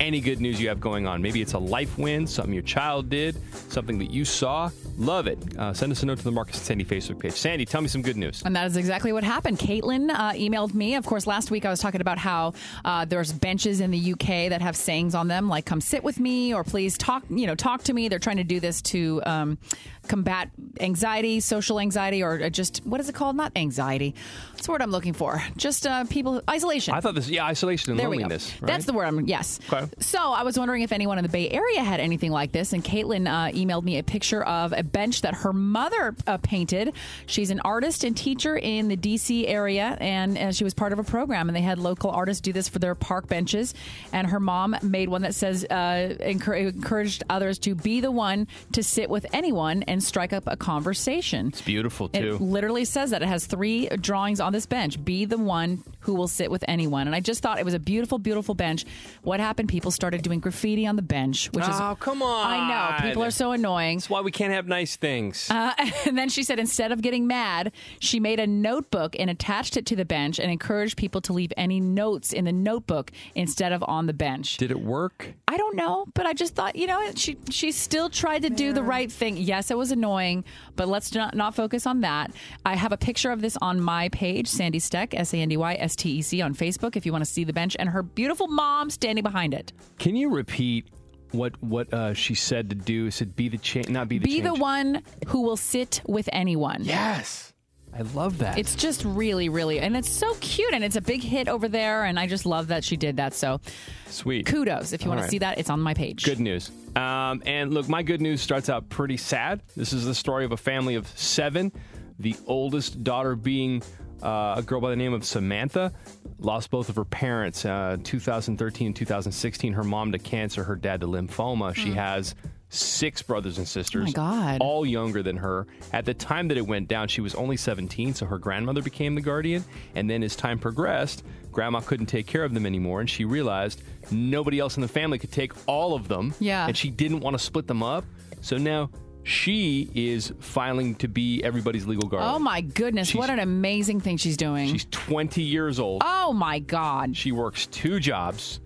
any good news you have going on. Maybe it's a life win, something your child did, something that you saw. Love it. Uh, send us a note to the Marcus and Sandy Facebook page. Sandy, tell me some good news. And that is exactly what happened. Caitlin uh, emailed me. Of course, last week I was talking about how uh, there's benches in the UK that have sayings on them like "Come sit with me" or "Please talk," you know, "Talk to me." They're trying to do this to um, combat anxiety, social anxiety, or uh, just what is it called? Not anxiety. That's the word I'm looking for. Just uh, people isolation. I thought this, yeah, isolation and There we go. loneliness. right? That's the word I'm, yes. Okay. So I was wondering if anyone in the Bay Area had anything like this. And Caitlin uh, emailed me a picture of a bench that her mother uh, painted. She's an artist and teacher in the D.C. area, and uh, she was part of a program. And they had local artists do this for their park benches. And her mom made one that says uh, encour- encouraged others to be the one to sit with anyone and strike up a conversation. It's beautiful, too. It literally says that. It has three drawings on this bench. Be the one who will sit with anyone. And I just thought it was a beautiful, beautiful bench. What happened? People started doing graffiti on the bench, which is. Oh, come on. I know. People are so annoying. That's why we can't have nice things. Uh, and then she said, instead of getting mad, she made a notebook and attached it to the bench and encouraged people to leave any notes in the notebook instead of on the bench. Did it work? I don't know, but I just thought, you know, she she still tried to do the right thing. Yes, it was annoying, but let's not, not focus on that. I have a picture of this on my page, Sandy Steck, S A N D Y S T E C, on Facebook, if you want to see the bench and her beautiful mom standing behind it. Can you repeat what what uh, she said to do? It said be the change, not be the Be change. the one who will sit with anyone. Yes. I love that. It's just really, really, and it's so cute, and it's a big hit over there, and I just love that she did that. So, sweet. kudos if you All want right. to see that. It's on my page. Good news. Um, and look, my good news starts out pretty sad. This is the story of a family of seven, the oldest daughter being uh, a girl by the name of Samantha. Lost both of her parents uh, 2013 and 2016. Her mom to cancer, her dad to lymphoma. She has six brothers and sisters. Mm. Oh God. All younger than her. At the time that it went down, she was only 17, so her grandmother became the guardian. And then as time progressed, grandma couldn't take care of them anymore, and she realized nobody else in the family could take all of them. Yeah. And she didn't want to split them up. So now she is filing to be everybody's legal guardian. Oh my goodness, what an amazing thing she's doing. She's 20 years old. Oh my god. She works two jobs.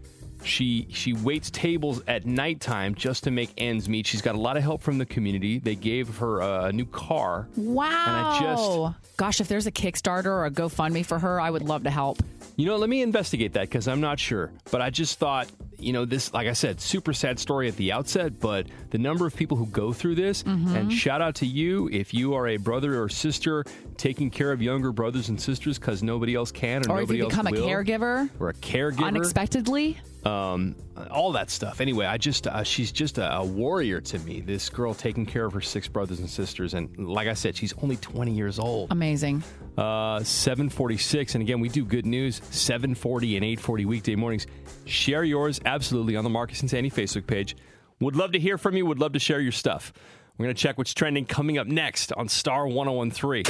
She she waits tables at nighttime just to make ends meet. She's got a lot of help from the community. They gave her uh, a new car. Wow. I just- Gosh, if there's a Kickstarter or a GoFundMe for her, I would love to help. You know, let me investigate that because I'm not sure. But I just thought, you know, this, like I said, super sad story at the outset, but the number of people who go through this, Mm-hmm. and shout out to you if you are a brother or sister taking care of younger brothers and sisters because nobody else can or, Or if nobody you else become a will, caregiver or a caregiver. unexpectedly. um, all that stuff. Anyway, I just uh, she's just a, a warrior to me. This girl taking care of her six brothers and sisters, and like I said, she's only twenty years old. Amazing. Uh, seven forty-six, and again, we do good news. Seven forty and eight forty weekday mornings. Share yours absolutely on the Marcus and Sandy Facebook page. Would love to hear from you. Would love to share your stuff. We're gonna check what's trending coming up next on Star one zero one three.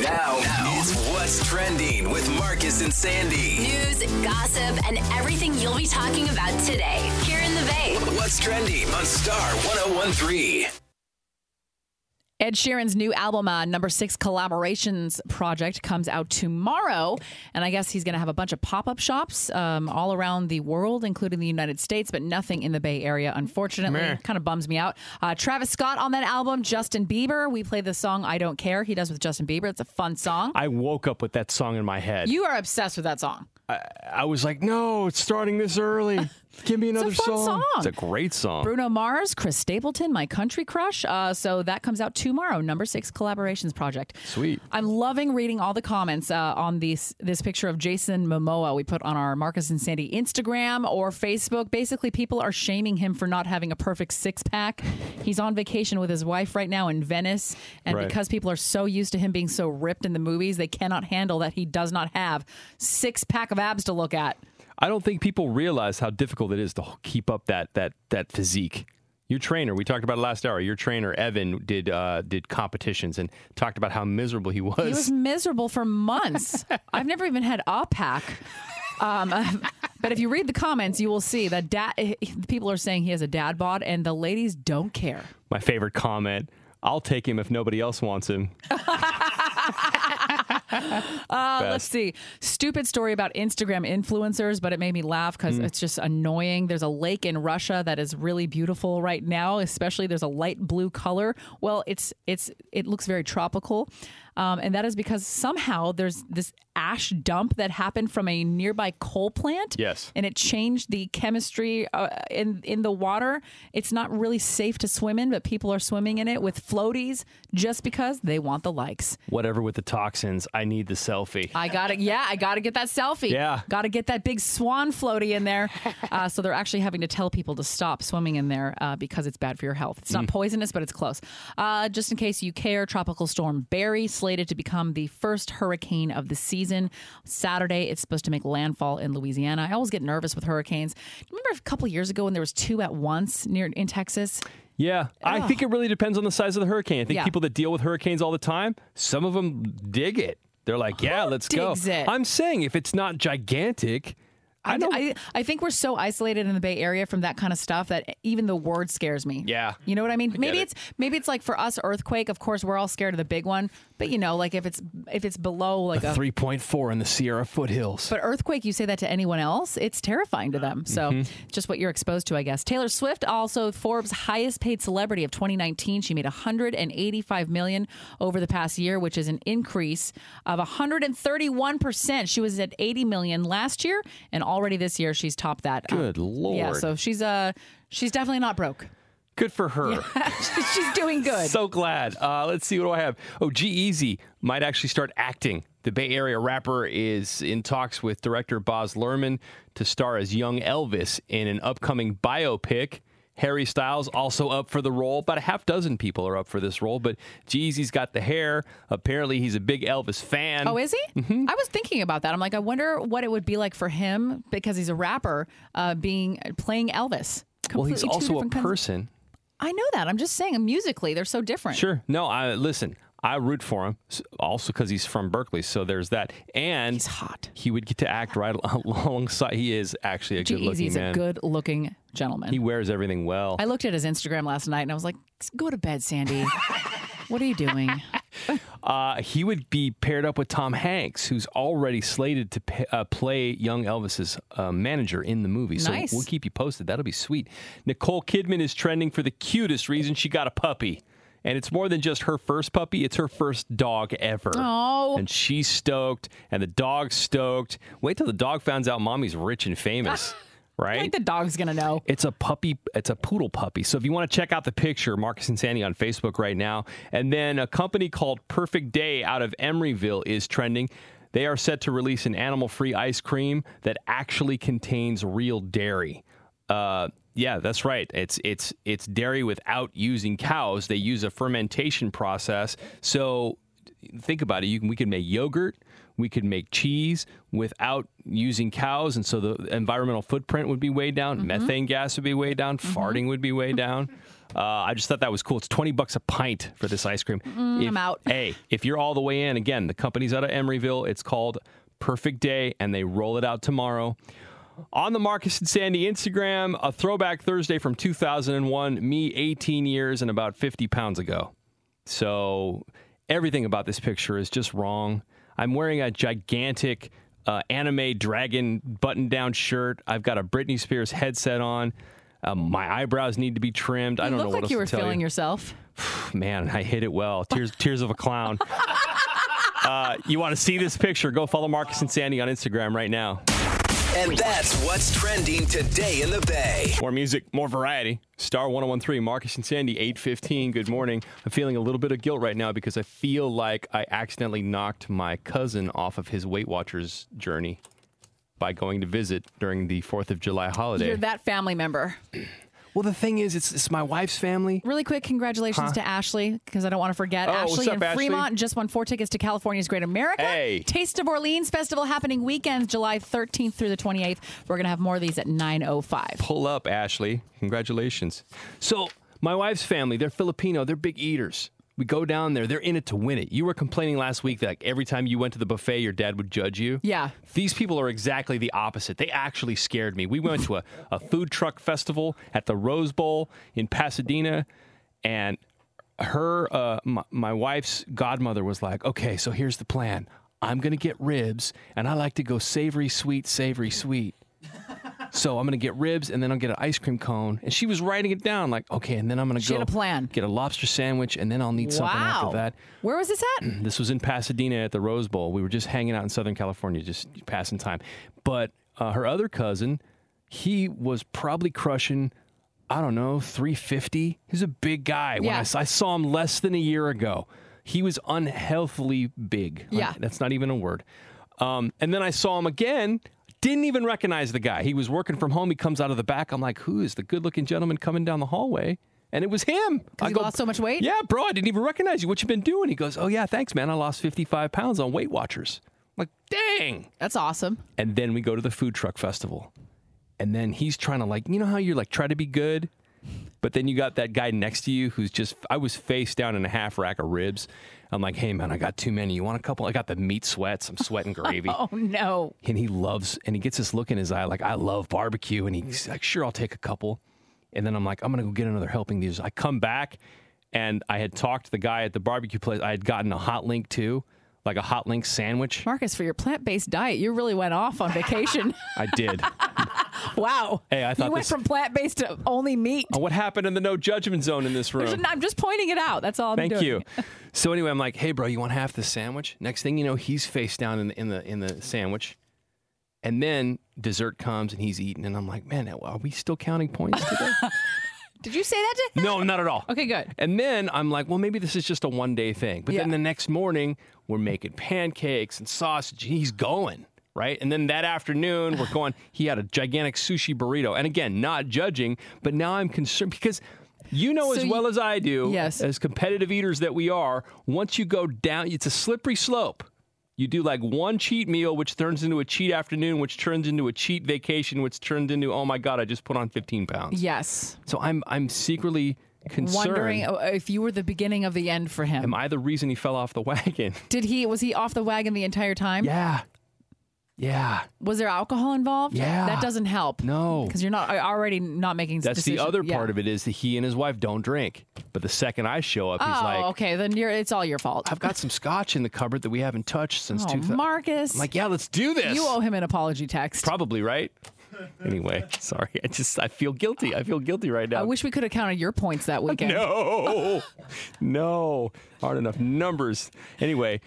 Now, it's What's Trending with Marcus and Sandy. News, gossip, and everything you'll be talking about today here in the Bay. What's Trending on Star 1013. Ed Sheeran's new album, uh, number six collaborations project, comes out tomorrow, and I guess he's going to have a bunch of pop-up shops um, all around the world, including the United States, but nothing in the Bay Area, unfortunately. Meh. Kind of bums me out. Uh, Travis Scott on that album, Justin Bieber. We play the song "I Don't Care." He does with Justin Bieber. It's a fun song. I woke up with that song in my head. You are obsessed with that song. I was like, no, it's starting this early. Give me another song. song. It's a great song. Bruno Mars, Chris Stapleton, My Country Crush. Uh, so that comes out tomorrow. Number six collaborations project. Sweet. I'm loving reading all the comments uh, on this this picture of Jason Momoa we put on our Marcus and Sandy Instagram or Facebook. Basically, people are shaming him for not having a perfect six pack. He's on vacation with his wife right now in Venice, and Right. because people are so used to him being so ripped in the movies, they cannot handle that he does not have six pack of abs to look at. I don't think people realize how difficult it is to keep up that that that physique. Your trainer, we talked about it last hour. Your trainer Evan did uh, did competitions and talked about how miserable he was. He was miserable for months. I've never even had a pack. Um, but if you read the comments, you will see that dad. People are saying he has a dad bod, and the ladies don't care. My favorite comment: "I'll take him if nobody else wants him." Uh, let's Best. see. Stupid story about Instagram influencers, but it made me laugh because Mm. it's just annoying. There's a lake in Russia that is really beautiful right now, especially there's a light blue color. Well, it's it's it looks very tropical, um, and that is because somehow there's this ash dump that happened from a nearby coal plant. Yes. and it changed the chemistry uh, in in the water. It's not really safe to swim in, but people are swimming in it with floaties just because they want the likes. Whatever with the toxins, I need the selfie. I got to Yeah, I got to get that selfie. Yeah. got to get that big swan floaty in there. Uh, so they're actually having to tell people to stop swimming in there uh, because it's bad for your health. It's not Mm. poisonous, but it's close. Uh, just in case you care, Tropical Storm Barry slated to become the first hurricane of the season. Saturday, it's supposed to make landfall in Louisiana. I always get nervous with hurricanes. Remember a couple years ago when there was two at once near in Texas? Yeah, I Ugh. think it really depends on the size of the hurricane. I think Ah. Yeah. people that deal with hurricanes all the time, some of them dig it. They're like, "Yeah, let's digs go." it? I'm saying if it's not gigantic, I, I, I think we're so isolated in the Bay Area from that kind of stuff that even the word scares me. yeah. You know what I mean? I get maybe it. it's maybe it's like for us earthquake. Of course, we're all scared of the big one, but you know, like if it's if it's below like a, 3.4 in the Sierra foothills. but earthquake, you say that to anyone else, it's terrifying to them. So Mhm. just what you're exposed to, I guess. Taylor Swift, also Forbes' highest paid celebrity of 2019, she made 185 million over the past year, which is an increase of 131 percent. She was at 80 million last year, and already this year she's topped that. uh, Good lord. Yeah, so she's uh she's definitely not broke. Good for her. she's doing good. So glad. Uh, let's see what do I have. Oh, G Easy might actually start acting. The Bay Area rapper is in talks with director Boz Lerman to star as young Elvis in an upcoming biopic. Harry Styles also up for the role. About a half dozen people are up for this role, but Jeezy's got the hair. Apparently, he's a big Elvis fan. Oh, is he? Mm-hmm. I was thinking about that. I'm like, I wonder what it would be like for him because he's a rapper, uh, being playing Elvis. Well, Completely he's two also a different kinds of- person. I know that. I'm just saying, musically, they're so different. Sure. No, I listen. I root for him s- also because he's from Berkeley. So there's that. And he's hot. He would get to act right al- alongside. He is actually a good looking G-Eazy's man. a good-looking gentleman. he wears everything well. I looked at his Instagram last night and I was like, "Go to bed, Sandy. what are you doing?" Uh, he would be paired up with Tom Hanks, who's already slated to p- uh, play young Elvis's uh, manager in the movie. So Nice. we'll keep you posted. That'll be sweet. Nicole Kidman is trending for the cutest reason she got a puppy. And it's more than just her first puppy, it's her first dog ever. Oh. And she's stoked, and the dog's stoked. Wait till the dog finds out mommy's rich and famous. Right? the dog's gonna know. It's a puppy. It's a poodle puppy. So if you want to check out the picture, Marcus and Sandy on Facebook right now, and then a company called Perfect Day out of Emeryville is trending. They are set to release an animal-free ice cream that actually contains real dairy. Uh, yeah, that's right. It's it's it's dairy without using cows. They use a fermentation process. So think about it. You can, we could make yogurt, we could make cheese without using cows, and so the environmental footprint would be way down. Mm-hmm. Methane gas would be way down. Farting would be way down. Uh, I just thought that was cool. It's twenty bucks a pint for this ice cream. Mm, If- I'm out. Hey, if you're all the way in, again, the company's out of Emeryville. It's called Perfect Day, and they roll it out tomorrow. On the Marcus and Sandy Instagram, a throwback Thursday from 2001, me 18 years and about 50 pounds ago. So everything about this picture is just wrong. I'm wearing a gigantic uh, anime dragon button down shirt. I've got a Britney Spears headset on. Um, my eyebrows need to be trimmed. I You don't know look what like else you were to tell feeling you. yourself. Man, I hit it well. Tears, tears of a clown. Uh, you want to see this picture? Go follow Marcus and Sandy on Instagram right now. And that's what's trending today in the Bay. More music, more variety. Star 1013, Marcus and Sandy, 815. Good morning. I'm feeling a little bit of guilt right now because I feel like I accidentally knocked my cousin off of his Weight Watchers journey by going to visit during the 4th of July holiday. You're that family member. Well, the thing is, it's, it's my wife's family. Really quick, congratulations Huh? to Ashley because I don't want to forget. Oh, what's Ashley up, in Ashley? Fremont just won four tickets to California's Great America Hey. Taste of Orleans Festival happening weekends, July 13th through the 28th. We're gonna have more of these at 9:05. Pull up, Ashley. Congratulations. So, my wife's family, they're Filipino, they're big eaters. We go down there, they're in it to win it. You were complaining last week that like, every time you went to the buffet, your dad would judge you. Yeah. These people are exactly the opposite. They actually scared me. We went to a, a food truck festival at the Rose Bowl in Pasadena, and her, uh, my, my wife's godmother was like, okay, so here's the plan. I'm going to get ribs, and I like to go savory, sweet, savory, sweet. So I'm gonna get ribs, and then I'll get an ice cream cone. And she was writing it down, like, okay, and then I'm gonna She go had a plan. get a lobster sandwich, and then I'll need something wow. after that. Mm. Where was this at? This was in Pasadena at the Rose Bowl. We were just hanging out in Southern California, just passing time. But uh, her other cousin, he was probably crushing, I don't know, 350. He's a big guy. When I Yeah. s- I, saw him less than a year ago, he was unhealthily big. Yeah. Un- that's not even a word. Um, and then I saw him again. Didn't even recognize the guy. He was working from home. He comes out of the back. I'm like, who is the good looking gentleman coming down the hallway? And it was him. I he go, lost so much weight? Yeah, bro, I didn't even recognize you. What you been doing? He goes, oh, yeah, thanks, man. I lost 55 pounds on Weight Watchers. I'm like, dang. That's awesome. And then we go to the food truck festival. And then he's trying to like, you know how you're like try to be good, but then you got that guy next to you who's just I was face down in a half rack of ribs. I'm like, "Hey man, I got too many. You want a couple? I got the meat sweats. I'm sweating gravy." Oh no. and he loves and he gets this look in his eye like I love barbecue and he's like sure I'll take a couple and then I'm like I'm gonna go get another helping of these I come back and I had talked to the guy at the barbecue place I had gotten a hot link too like a hot link sandwich Marcus, for your plant-based diet, you really went off on vacation. I did wow. hey I you thought went this from plant-based to only meat. Uh, what happened in the no judgment zone in this There's room n- I'm just pointing it out. That's all I'm Thank doing. you. So anyway, I'm like, "Hey, bro, you want half the sandwich?" Next thing you know, he's face down in the in the in the sandwich, and then dessert comes and he's eating, and I'm like, "Man, are we still counting points today?" Did you say that to him? no, not at all. Okay, good. And then I'm like, "Well, maybe this is just a one day thing." But then the next morning, we're making pancakes and sausage. He's going right, and then that afternoon, we're going. He had a gigantic sushi burrito, and again, not judging, but now I'm concerned because. You know So as you- well as I do, Yes. as competitive eaters that we are, once you go down, it's a slippery slope. You do like one cheat meal, which turns into a cheat afternoon, which turns into a cheat vacation, which turns into oh my god, I just put on 15 pounds. Yes. So I'm I'm secretly concerned. Wondering uh, if you were the beginning of the end for him. am I the reason he fell off the wagon? Did he was he off the wagon the entire time? Yeah. Yeah. Was there alcohol involved? Yeah. That doesn't help. No. Because you're not uh, already not making That's the other part of it is that he and his wife don't drink. But the second I show up, Oh, he's like, okay. Then you're, it's all your fault. I've got some scotch in the cupboard that we haven't touched since Oh, 2000. Marcus. I'm like, yeah, let's do this. You owe him an apology text. Probably, right? Anyway, sorry. I just I feel guilty. I feel guilty right now. I wish we could have counted your points that weekend. No. no. Aren't enough numbers. Anyway,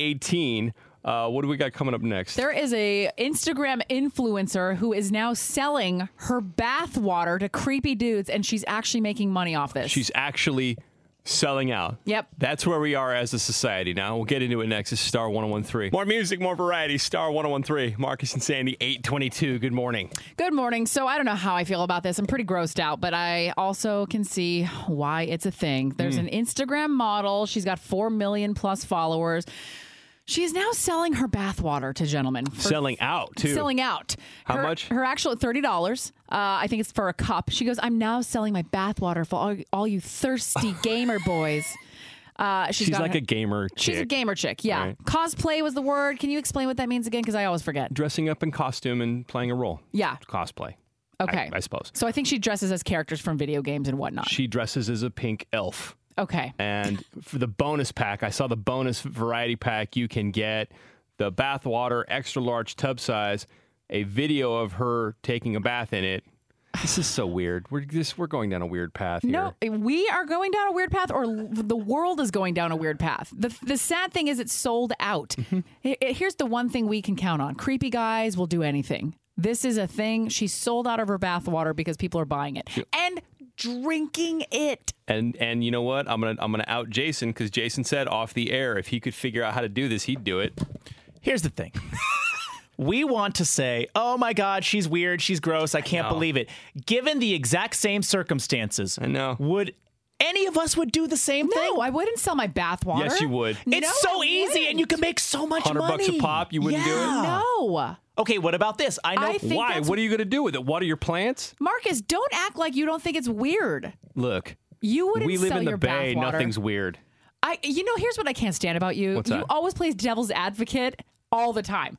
818. Uh, what do we got coming up next? There is a Instagram influencer who is now selling her bath water to creepy dudes, and she's actually making money off this. She's actually selling out. Yep. That's where we are as a society now. We'll get into it next. This is Star 1013. More music, more variety. Star 1013. Marcus and Sandy, 822. Good morning. Good morning. So I don't know how I feel about this. I'm pretty grossed out, but I also can see why it's a thing. There's Hmm. Mm. an Instagram model. She's got 4 million plus followers. She is now selling her bathwater to gentlemen. for- selling out, too. Selling out. How Her- much? Her actual $30. Uh, I think it's for a cup. She goes, I'm now selling my bathwater for all, all you thirsty gamer boys. Uh, She's, got like her- a gamer She's a chick. gamer chick, yeah. Right. Cosplay was the word. Can you explain what that means again? Because I always forget. Dressing up in costume and playing a role. Yeah. Cosplay. I- Okay. I suppose. So I think she dresses as characters from video games and whatnot. She dresses as a pink elf. Okay. And for the bonus pack, I saw the bonus variety pack. You can get the bathwater extra large tub size, a video of her taking a bath in it. This is so weird. We're just we're going down a weird path here. No, we are going down a weird path, or l- the world is going down a weird path. The, the sad Mm-hmm. thing is, it's sold out. H- h- Here's the one thing we can count on creepy guys will do anything. This is a thing. She sold out of her bathwater because people are buying it and drinking it. And and you know what? I'm gonna I'm gonna out Jason because Jason said off the air if he could figure out how to do this, he'd do it. Here's the thing. We want to say, oh my God, she's weird, she's gross, I can't believe it. Given the exact same circumstances, I know. would any of us would do the same thing? No, I wouldn't sell my bathwater. Yes, you would. It's so easy and you can make so much 100 money. bucks a pop, you wouldn't do it? No. Okay, what about this? I know I think Why? that's- What are you gonna do with it? Water your plants? Marcus, don't act like you don't think it's weird. Look, You wouldn't we live sell in the your Bay. bathwater. Nothing's weird. I you know, here's what I can't stand about you. What's you that? always play devil's advocate all the time.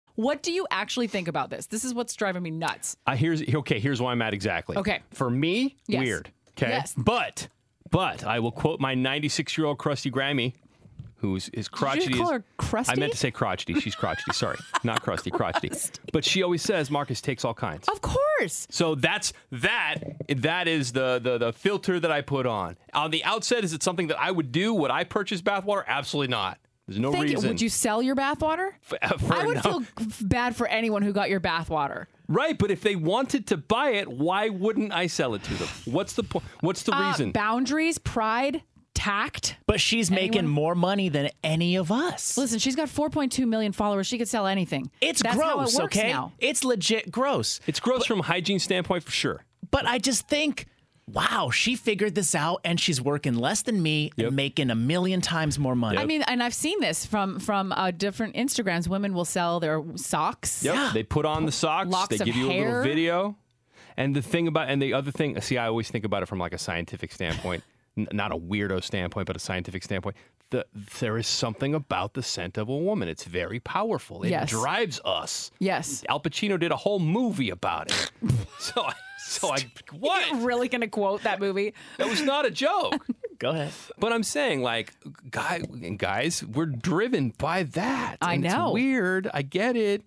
What do you actually think about this? This is what's driving me nuts. I here's okay. Here's why I'm at exactly. Okay. For me, Yes. weird. Okay. Yes. But but I will quote my 96 year old crusty Grammy, who's is crotchety. call as- her crusty? I meant to say crotchety. She's crotchety. Sorry, not crusty. Crotchety. But she always says Marcus takes all kinds. Of course. So that's that. That is the, the the filter that I put on. On the outset, is it something that I would do? Would I purchase bathwater? Absolutely not. There's no Thank reason. you. Would you sell your bathwater? for I would no- feel g- bad for anyone who got your bathwater. Right, but if they wanted to buy it, why wouldn't I sell it to them? What's the point? What's the Uh, reason? boundaries, pride, tact. But she's making more money than any of us. Listen, she's got 4.2 million followers. She could sell anything. It's That's how it gross, works okay? now. It's legit gross. It's gross from a hygiene standpoint for sure. But I just think, wow, she figured this out and she's working less than me and making a million times more money. I mean, and I've seen this from from uh, different Instagrams. Women will sell their socks. Yep. They put on the socks. Locks they of give you a hair. little video. And the thing about and the other thing, see, I always think about it from like a scientific standpoint, n- not a weirdo standpoint, but a scientific standpoint. The, there is something about the scent of a woman. It's very powerful. It Yes. drives us. Yes. Al Pacino did a whole movie about it. so, I- so I what? You're really gonna quote that movie? That was not a joke. Go ahead. But I'm saying, like, guy, guys, we're driven by that. I and know. It's weird. I get it.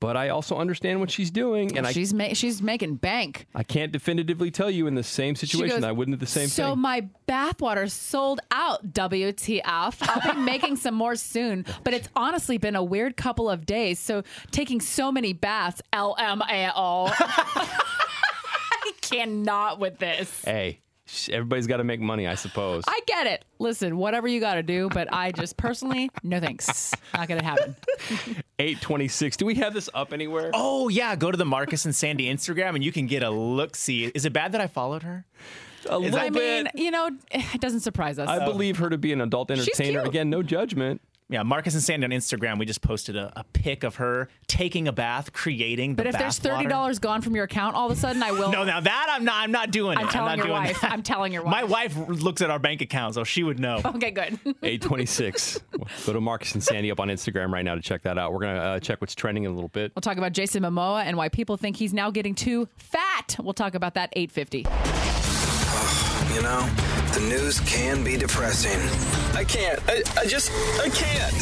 But I also understand what she's doing. And she's I, ma- she's making bank. I can't definitively tell you in the same She situation goes, I wouldn't do the same So thing. my bathwater sold out. WTF? I'll be making some more soon, but it's honestly been a weird couple of days. So taking so many baths, LMAO. I cannot with this. Hey, sh- everybody's got to make money, I suppose. I get it. Listen, whatever you got to do, but I just personally, no thanks. Not gonna happen. 826. Do we have this up anywhere? Oh yeah, go to the Marcus and Sandy Instagram and you can get a look. See, is it bad that I followed her? A little I bit. mean, you know, it doesn't surprise us. I believe her to be an adult Oh. She's entertainer. cute. Again, no judgment. Yeah, Marcus and Sandy on Instagram. We just posted a, a pic of her taking a bath, creating the But if bath there's thirty water. dollars gone from your account, all of a sudden I will. no, now that I'm not. I'm not doing it. I'm telling not your doing wife. that. I'm telling your wife. Oh. My wife looks at our bank account, so she would know. Okay, good. 826. Go to Marcus and Sandy up on Instagram right now to check that out. We're going to uh, check what's trending in a little bit. We'll talk about Jason Momoa and why people think he's now getting too fat. We'll talk about that 850. You know, the news can be depressing. I can't. I, I just, I can't.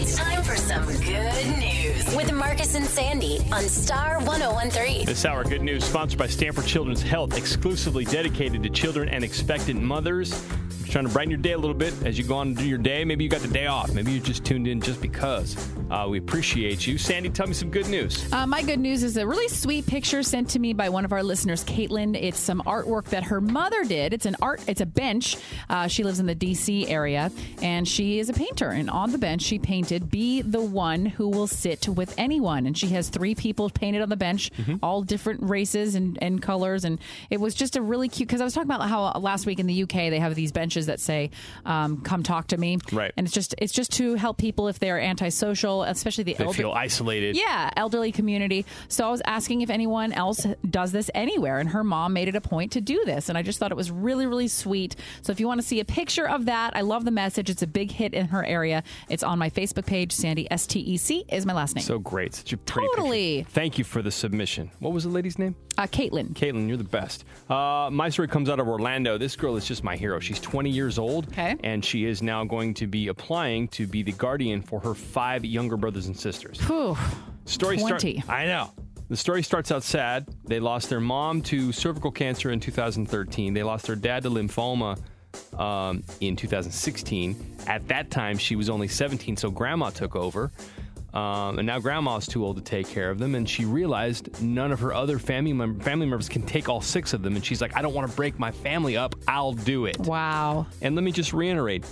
It's time for some good news with Marcus and Sandy on Star 1013. This hour, good news sponsored by Stanford Children's Health, exclusively dedicated to children and expectant mothers. Just trying to brighten your day a little bit as you go on to your day. Maybe you got the day off. Maybe you just tuned in just because. Uh, we appreciate you. Sandy, tell me some good news. Uh, my good news is a really sweet picture sent to me by one of our listeners, Caitlin. It's some artwork that her mother did. It's an art. It's a bench. Uh, she lives in the D.C. area, and she is a painter. And on the bench, she painted "Be the one who will sit with anyone." And she has three people painted on the bench, Mm-hmm. all different races and, and colors. And it was just a really cute because I was talking about how last week in the UK they have these benches coaches that say, um, "Come talk to me." Right. And it's just it's just to help people if they are antisocial, especially the They elder- feel isolated. Yeah, elderly community. So I was asking if anyone else does this anywhere, and her mom made it a point to do this, and I just thought it was really really sweet. So if you want to see a picture of that, I love the message. It's a big hit in her area. It's on my Facebook page. Sandy S T E C is my last name. So great. Such a pretty picture. Totally. Thank you for the submission. What was the lady's name? Uh, Caitlin. Caitlin, you're the best. Uh, my story comes out of Orlando. This girl is just my hero. She's 20 years old, okay. and she is now going to be applying to be the guardian for her five younger brothers and sisters. Story start- 20. I know. The story starts out sad. They lost their mom to cervical cancer in 2013. They lost their dad to lymphoma um, in 2016. At that time, she was only 17, so grandma took over. Um, and now grandma's too old to take care of them, and she realized none of her other family mem- family members can take all six of them. And she's like, "I don't want to break my family up. I'll do it." Wow. And let me just reiterate,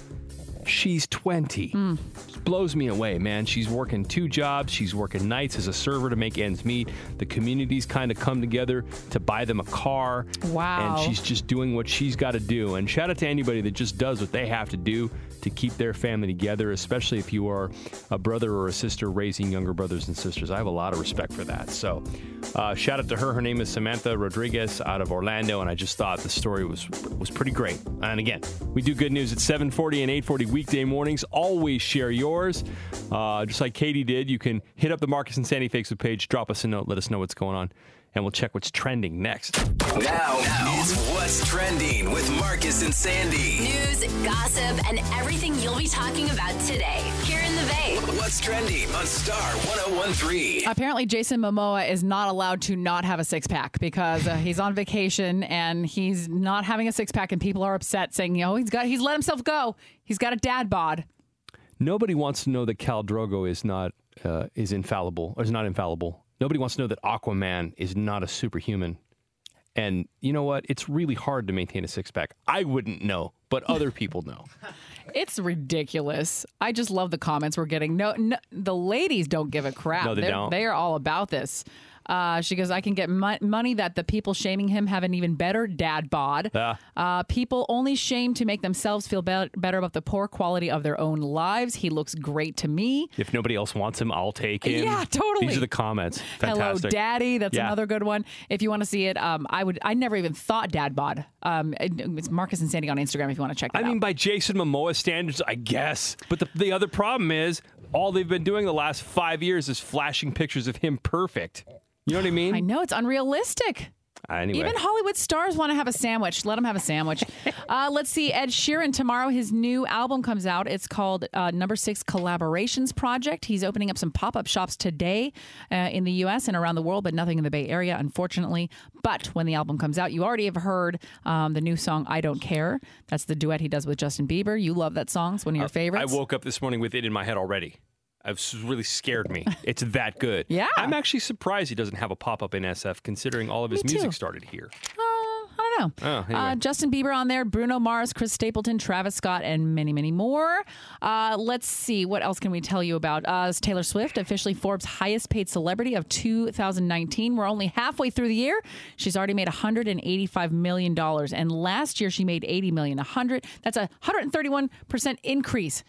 she's 20. Just blows me away, man. She's working two jobs. She's working nights as a server to make ends meet. The community's kind of come together to buy them a car. Wow. And she's just doing what she's got to do. And shout out to anybody that just does what they have to do to keep their family together, especially if you are a brother or a sister raising younger brothers and sisters. I have a lot of respect for that. So uh, shout out to her. Her name is Samantha Rodriguez out of Orlando. And I just thought the story was was pretty great. And again, we do good news at 740 and 840 weekday mornings. Always share yours. Uh, just like Katie did, you can hit up the Marcus and Sandy Facebook page, drop us a note, let us know what's going on, and we'll check what's trending next. Now, it's What's Trending with Marcus and Sandy. News, gossip, and everything you'll be talking about today here in the Bay. What's Trending on Star 1013. Apparently, Jason Momoa is not allowed to not have a six pack because uh, he's on vacation and he's not having a six pack, and people are upset, saying, "Yo, he's got he's let himself go. He's got a dad bod." Nobody wants to know that Cal Drogo is not uh, is infallible or is not infallible. Nobody wants to know that Aquaman is not a superhuman. And you know what? It's really hard to maintain a six pack. I wouldn't know, but other people know. It's ridiculous. I just love the comments we're getting. No, no the ladies don't give a crap. No, they They're- don't. They are all about this. Uh, she goes, I can get mon- money that the people shaming him have an even better dad bod. Ah. Uh, people only shame to make themselves feel be- better about the poor quality of their own lives. He looks great to me. If nobody else wants him, I'll take him. Yeah, totally. These are the comments. Fantastic. Hello, Daddy. That's Yeah. another good one. If you want to see it, um, I would. I never even thought Dad bod. Um, it- it's Marcus and Sandy on Instagram. If you want to check that I mean, by Jason Momoa standards, I guess. But the, the other problem is all they've been doing the last five years is flashing pictures of him perfect. You know what I mean? out. I know it's unrealistic. Anyway. Even Hollywood stars want to have a sandwich. Let them have a sandwich. uh, let's see. Ed Sheeran tomorrow. His new album comes out. It's called uh, Number Six Collaborations Project. He's opening up some pop up shops today uh, in the U.S. and around the world, but nothing in the Bay Area, unfortunately. But when the album comes out, you already have heard um, the new song "I Don't Care." That's the duet he does with Justin Bieber. You love that song. It's one of your favorites. Uh, I woke up this morning with it in my head already. It really scared me. It's that good. Yeah. I'm actually surprised he doesn't have a pop up in SF, considering all of his Me music too. started here. Uh, I don't know. Oh, anyway. uh, Justin Bieber on there, Bruno Mars, Chris Stapleton, Travis Scott, and many, many more. Uh, let's see. What else can we tell you about? Uh, it's Taylor Swift, officially Forbes' highest paid celebrity of 2019. We're only halfway through the year. She's already made $185 million. And last year, she made $80 million. 100, that's a 131% increase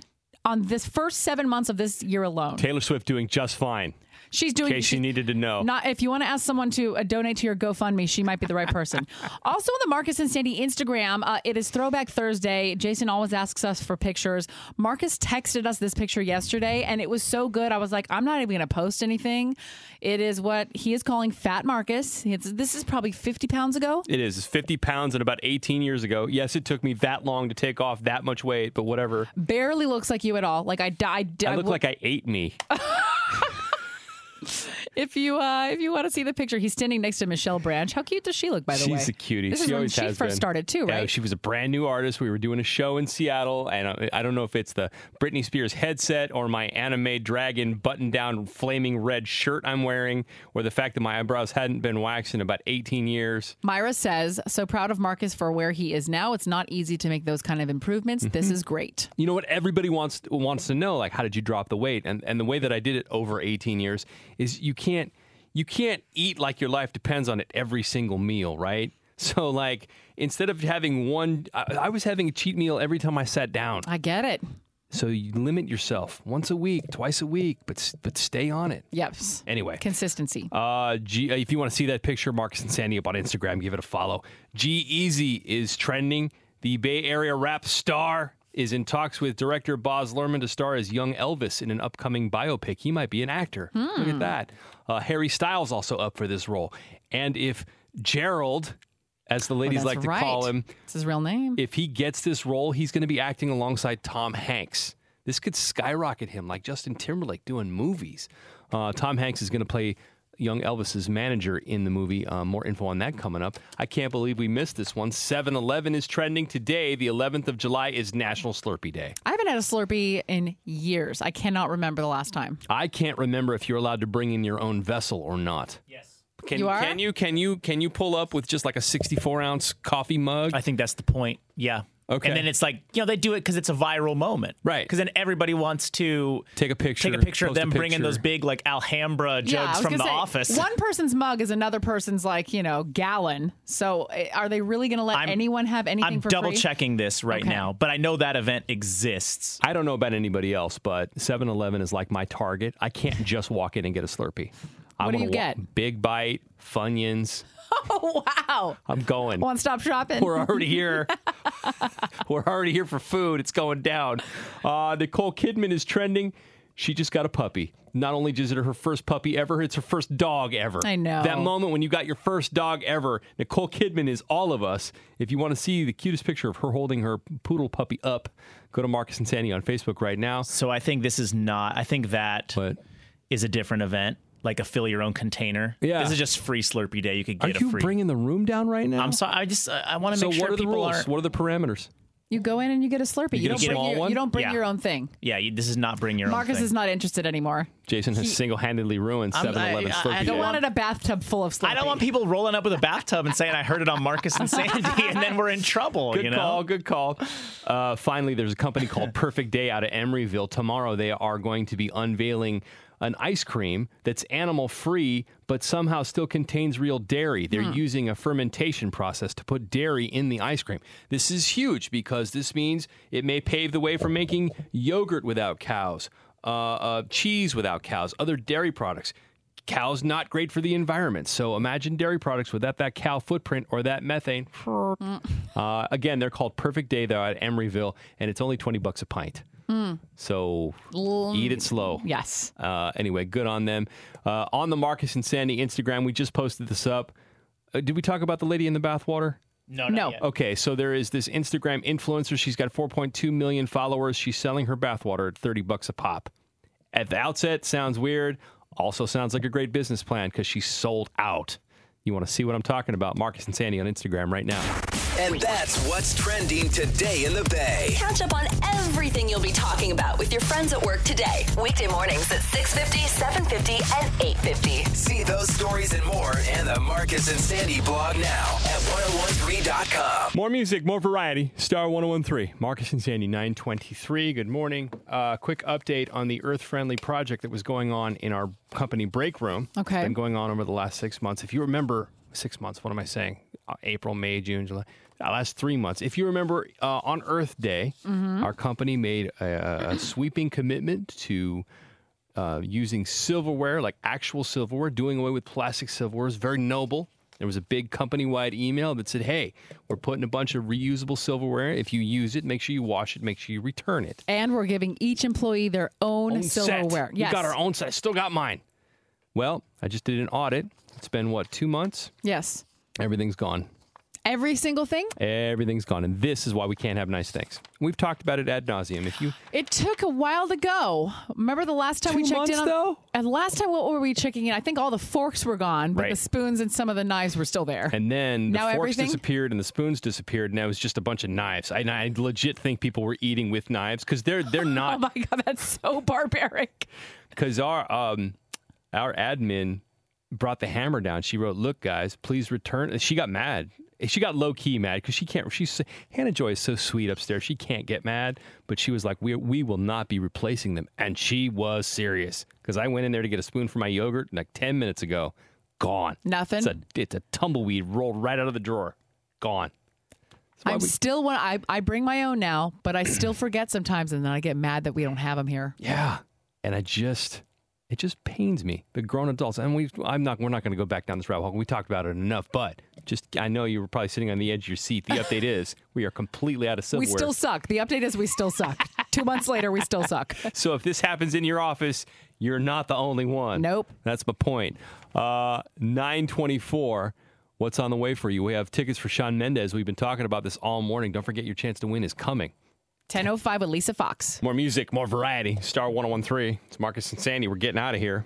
on this first seven months of this year alone. Taylor Swift doing just fine. She's doing- In case you needed to know. Not if you want to ask someone to uh, donate to your GoFundMe, she might be the right person. also on the Marcus and Sandy Instagram, uh, it is Throwback Thursday. Jason always asks us for pictures. Marcus texted us this picture yesterday, and it was so good. I was like, I'm not even going to post anything. It is what he is calling Fat Marcus. It's, this is probably 50 pounds ago. It is. It's 50 pounds and about 18 years ago. Yes, it took me that long to take off that much weight, but whatever. Barely looks like you at all. Like I died. I look like I ate me. If you uh, if you want to see the picture, he's standing next to Michelle Branch. How cute does she look? By the She's way, a cutie. This she is when always she has first been. started too, Yeah, right? she was a brand new artist. We were doing a show in Seattle, and uh, I, I don't know if it's the Britney Spears headset or my anime dragon button-down flaming red shirt I'm wearing, or the fact that my eyebrows hadn't been waxed in about 18 years. Myra says, so proud of Marcus for where he is now. It's not easy to make those kind of improvements. Mm-hmm. This is great. You know what everybody wants wants to know, like how did you drop the weight? And and the way that I did it over 18 years is you can't you can't eat like your life depends on it every single meal, right? So like instead of having one, I, I was having a cheat meal every time I sat down. I get it. So you limit yourself once a week, twice a week, but s- but stay on it. Yes. Anyway. Consistency. Uh, G, uh, if you want to see that picture, Marcus and Sandy up on Instagram, give it a follow. G Easy is trending. The Bay Area rap star is in talks with director Boz Lerman to star as young Elvis in an upcoming biopic. He might be an actor. Look Hmm. at that. Uh, Harry Styles also up for this role. And if Gerald, as the ladies Oh, that's like to right. call him, It's his real name. if he gets this role, he's going to be acting alongside Tom Hanks. This could skyrocket him like Justin Timberlake doing movies. Uh, Tom Hanks is going to play young Elvis's manager in the movie. Uh, more info on that coming up. I can't believe we missed this one. 7 Eleven is trending today. The 11th of July is National Slurpee Day. I haven't had a Slurpee in years. I cannot remember the last time. I can't remember if you're allowed to bring in your own vessel or not. Yes. Can You are? can you can you can you pull up with just like a 64 ounce coffee mug? I think that's the point. Yeah. Okay. And then it's like, you know, they do it because it's a viral moment. Right. Because then everybody wants to take a picture, take a picture of post a them bringing picture. those big, like, Alhambra jugs yeah, I was from the gonna say, office. One person's mug is another person's like you know gallon. So eh, are they really going to let anyone have anything I'm for double free? checking this right Okay. now, but I know that event exists. I don't know about anybody else, but 7 Eleven is like my target. I can't just walk in and get a Slurpee. I What do wanna you wa- get? Big Bite, Funyuns. Oh wow! I'm going. One stop shopping. We're already here. We're already here for food. It's going down. Uh, Nicole Kidman is trending. She just got a puppy. Not only is it her first puppy ever, it's her first dog ever. I know. That moment when you got your first dog ever, Nicole Kidman is all of us. If you want to see the cutest picture of her holding her poodle puppy up, go to Marcus and Sandy on Facebook right now. So I think this is not, I think that is a different event, like a fill your own container. Yeah. This is just free Slurpee Day. You could Are get you a free. bringing the room down right now? I'm sorry. I just, I, I want to so make what sure are the people rules? aren't. What are the parameters? You go in and you get a Slurpee. You, You get don't a bring small your, one? you don't bring Yeah. your own thing. Yeah, you, this is not bring your Marcus own. thing. is not interested anymore. Jason has He- single-handedly ruined I'm- 7-Eleven I- I- Slurpee I Day. don't I wanted a bathtub full of Slurpee. I don't want people rolling up with a bathtub and saying I heard it on Marcus and Sandy, and then we're in trouble. Good you know? call. Good call. Uh, finally, there's a company called Perfect Day out of Emeryville. Tomorrow, they are going to be unveiling an ice cream that's animal free, but somehow still contains real dairy. They're using a fermentation process to put dairy in the ice cream. This is huge because this means it may pave the way for making yogurt without cows, uh, uh, cheese without cows, other dairy products cows not great for the environment. So imagine dairy products without that cow footprint or that methane. Uh, again, they're called Perfect Day though at Emeryville, and it's only twenty bucks a pint. Mm. So Mm. eat it slow. Yes. Uh, anyway, good on them. Uh, on the Marcus and Sandy Instagram, we just posted this up. Uh, did we talk about the lady in the bathwater? No, no. yet. Okay, so there is this Instagram influencer. She's got 4.2 million followers. She's selling her bathwater at 30 bucks a pop. At the outset, sounds weird. Also, sounds like a great business plan because she's sold out. You want to see what I'm talking about? Marcus and Sandy on Instagram right now. And that's what's trending today in the Bay. Catch up on everything you'll be talking about with your friends at work today. Weekday mornings at 6.50, 7.50, and 8.50. See those stories and more in the Marcus and Sandy blog now at 1013.com. More music, more variety. Star 1013, Marcus and Sandy 923. Good morning. Uh, quick update on the earth friendly project that was going on in our company break room. Okay. It's been going on over the last six months. If you remember, six months, what am I saying? Uh, April, May, June, July. Uh, last three months. If you remember, uh, on Earth Day, Mhm. our company made a, a sweeping commitment to uh, using silverware, like actual silverware, doing away with plastic silverware is very noble. There was a big company wide email that said, hey, we're putting a bunch of reusable silverware. If you use it, make sure you wash it, make sure you return it. And we're giving each employee their own, Own set. silverware. We got our own set. I still got mine. Well, I just did an audit. It's been, what, two months? Yes. Everything's gone. Every single thing. Everything's gone. And this is why we can't have nice things. We've talked about it ad nauseum. If you It took a while to go. Remember the last time we Two checked months, in? On, though? And last time, what were we checking in? I think all the forks were gone, but the Right. spoons and some of the knives were still there. And then the Now forks everything? disappeared and the spoons disappeared, and now it's just a bunch of knives. I, and I legit think people were eating with knives because they're they're not. oh my god, that's so barbaric. Because our um our admin brought the hammer down. She wrote, "Look, guys, please return." She got mad. She got low key mad because she can't. She's Hannah Joy is so sweet upstairs. She can't get mad, but she was like, "We we will not be replacing them," and she was serious because I went in there to get a spoon for my yogurt like ten minutes ago. Gone. Nothing? It's a, it's a tumbleweed rolled right out of the drawer. Gone. I'm still one. I, I bring my own now, but I still forget sometimes, and then I get mad that we don't have them here. Yeah. And I just, it just pains me. The grown adults, and we, I'm not, we're not going to go back down this rabbit hole. We talked about it enough, but just, I know you were probably sitting on the edge of your seat. The update is we are completely out of silverware. we still suck. The update is we still suck. Two months later, we still suck. So if this happens in your office, you're not the only one. Nope. That's my point. Uh, 924. What's on the way for you? We have tickets for Sean Mendez. We've been talking about this all morning. Don't forget your chance to win is coming. 10:05 with Lisa Fox. More music, more variety. Star 1013. It's Marcus and Sandy. We're getting out of here.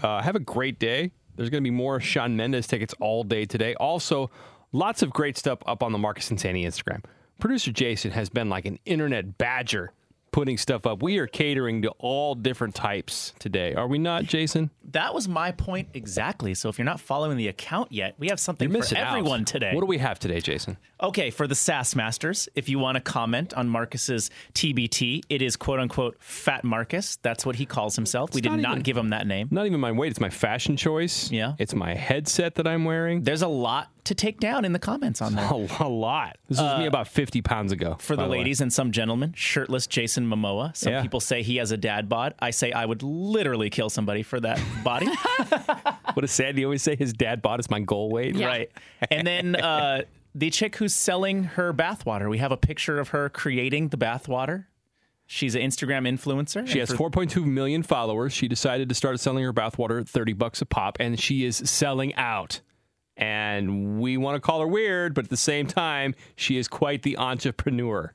Uh, have a great day. There's going to be more Sean Mendez tickets all day today. Also, lots of great stuff up on the Marcus and Sandy Instagram. Producer Jason has been like an internet badger putting stuff up. We are catering to all different types today. Are we not, Jason? That was my point exactly. So if you're not following the account yet, we have something You're for missing out. everyone today. What do we have today, Jason? Okay, for the SAS Masters, if you want to comment on Marcus's TBT, it is quote unquote Fat Marcus. That's what he calls himself. we It's did not not, even- give him that name. Not even my weight. It's my fashion choice. Yeah. It's my headset that I'm wearing. There's a lot to take down in the comments on that. A, lot. This was me about 50 pounds ago. Uh, For the by way. ladies and some gentlemen, shirtless Jason Momoa. Some Yeah. people say he has a dad bod. I say I would literally kill somebody for that body. What does Sandy always say? His dad bought us my goal weight. Right. And then uh, the chick who's selling her bathwater. We have a picture of her creating the bathwater. She's an Instagram influencer. She has 4.2 million followers. She decided to start selling her bathwater at 30 bucks a pop, and she is selling out. And we want to call her weird, but at the same time, she is quite the entrepreneur.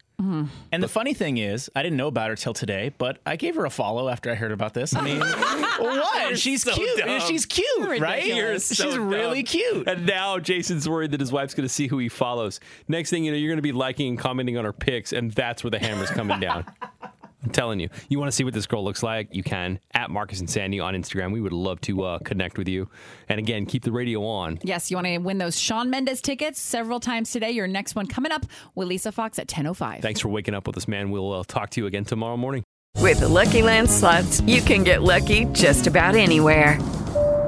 And the funny thing is, I didn't know about her till today, but I gave her a follow after I heard about this. I mean, what? She's cute. She's cute, right? She's really cute. And now Jason's worried that his wife's going to see who he follows. Next thing you know, you're going to be liking and commenting on her pics, and that's where the hammer's coming down. I'm telling you, you want to see what this girl looks like? You can at Marcus and Sandy on Instagram. We would love to uh, connect with you. And again, keep the radio on. Yes, you want to win those Sean Mendes tickets several times today. Your next one coming up with Lisa Fox at 10:05. Thanks for waking up with us, man. We'll uh, talk to you again tomorrow morning. With the Lucky Land slots, you can get lucky just about anywhere.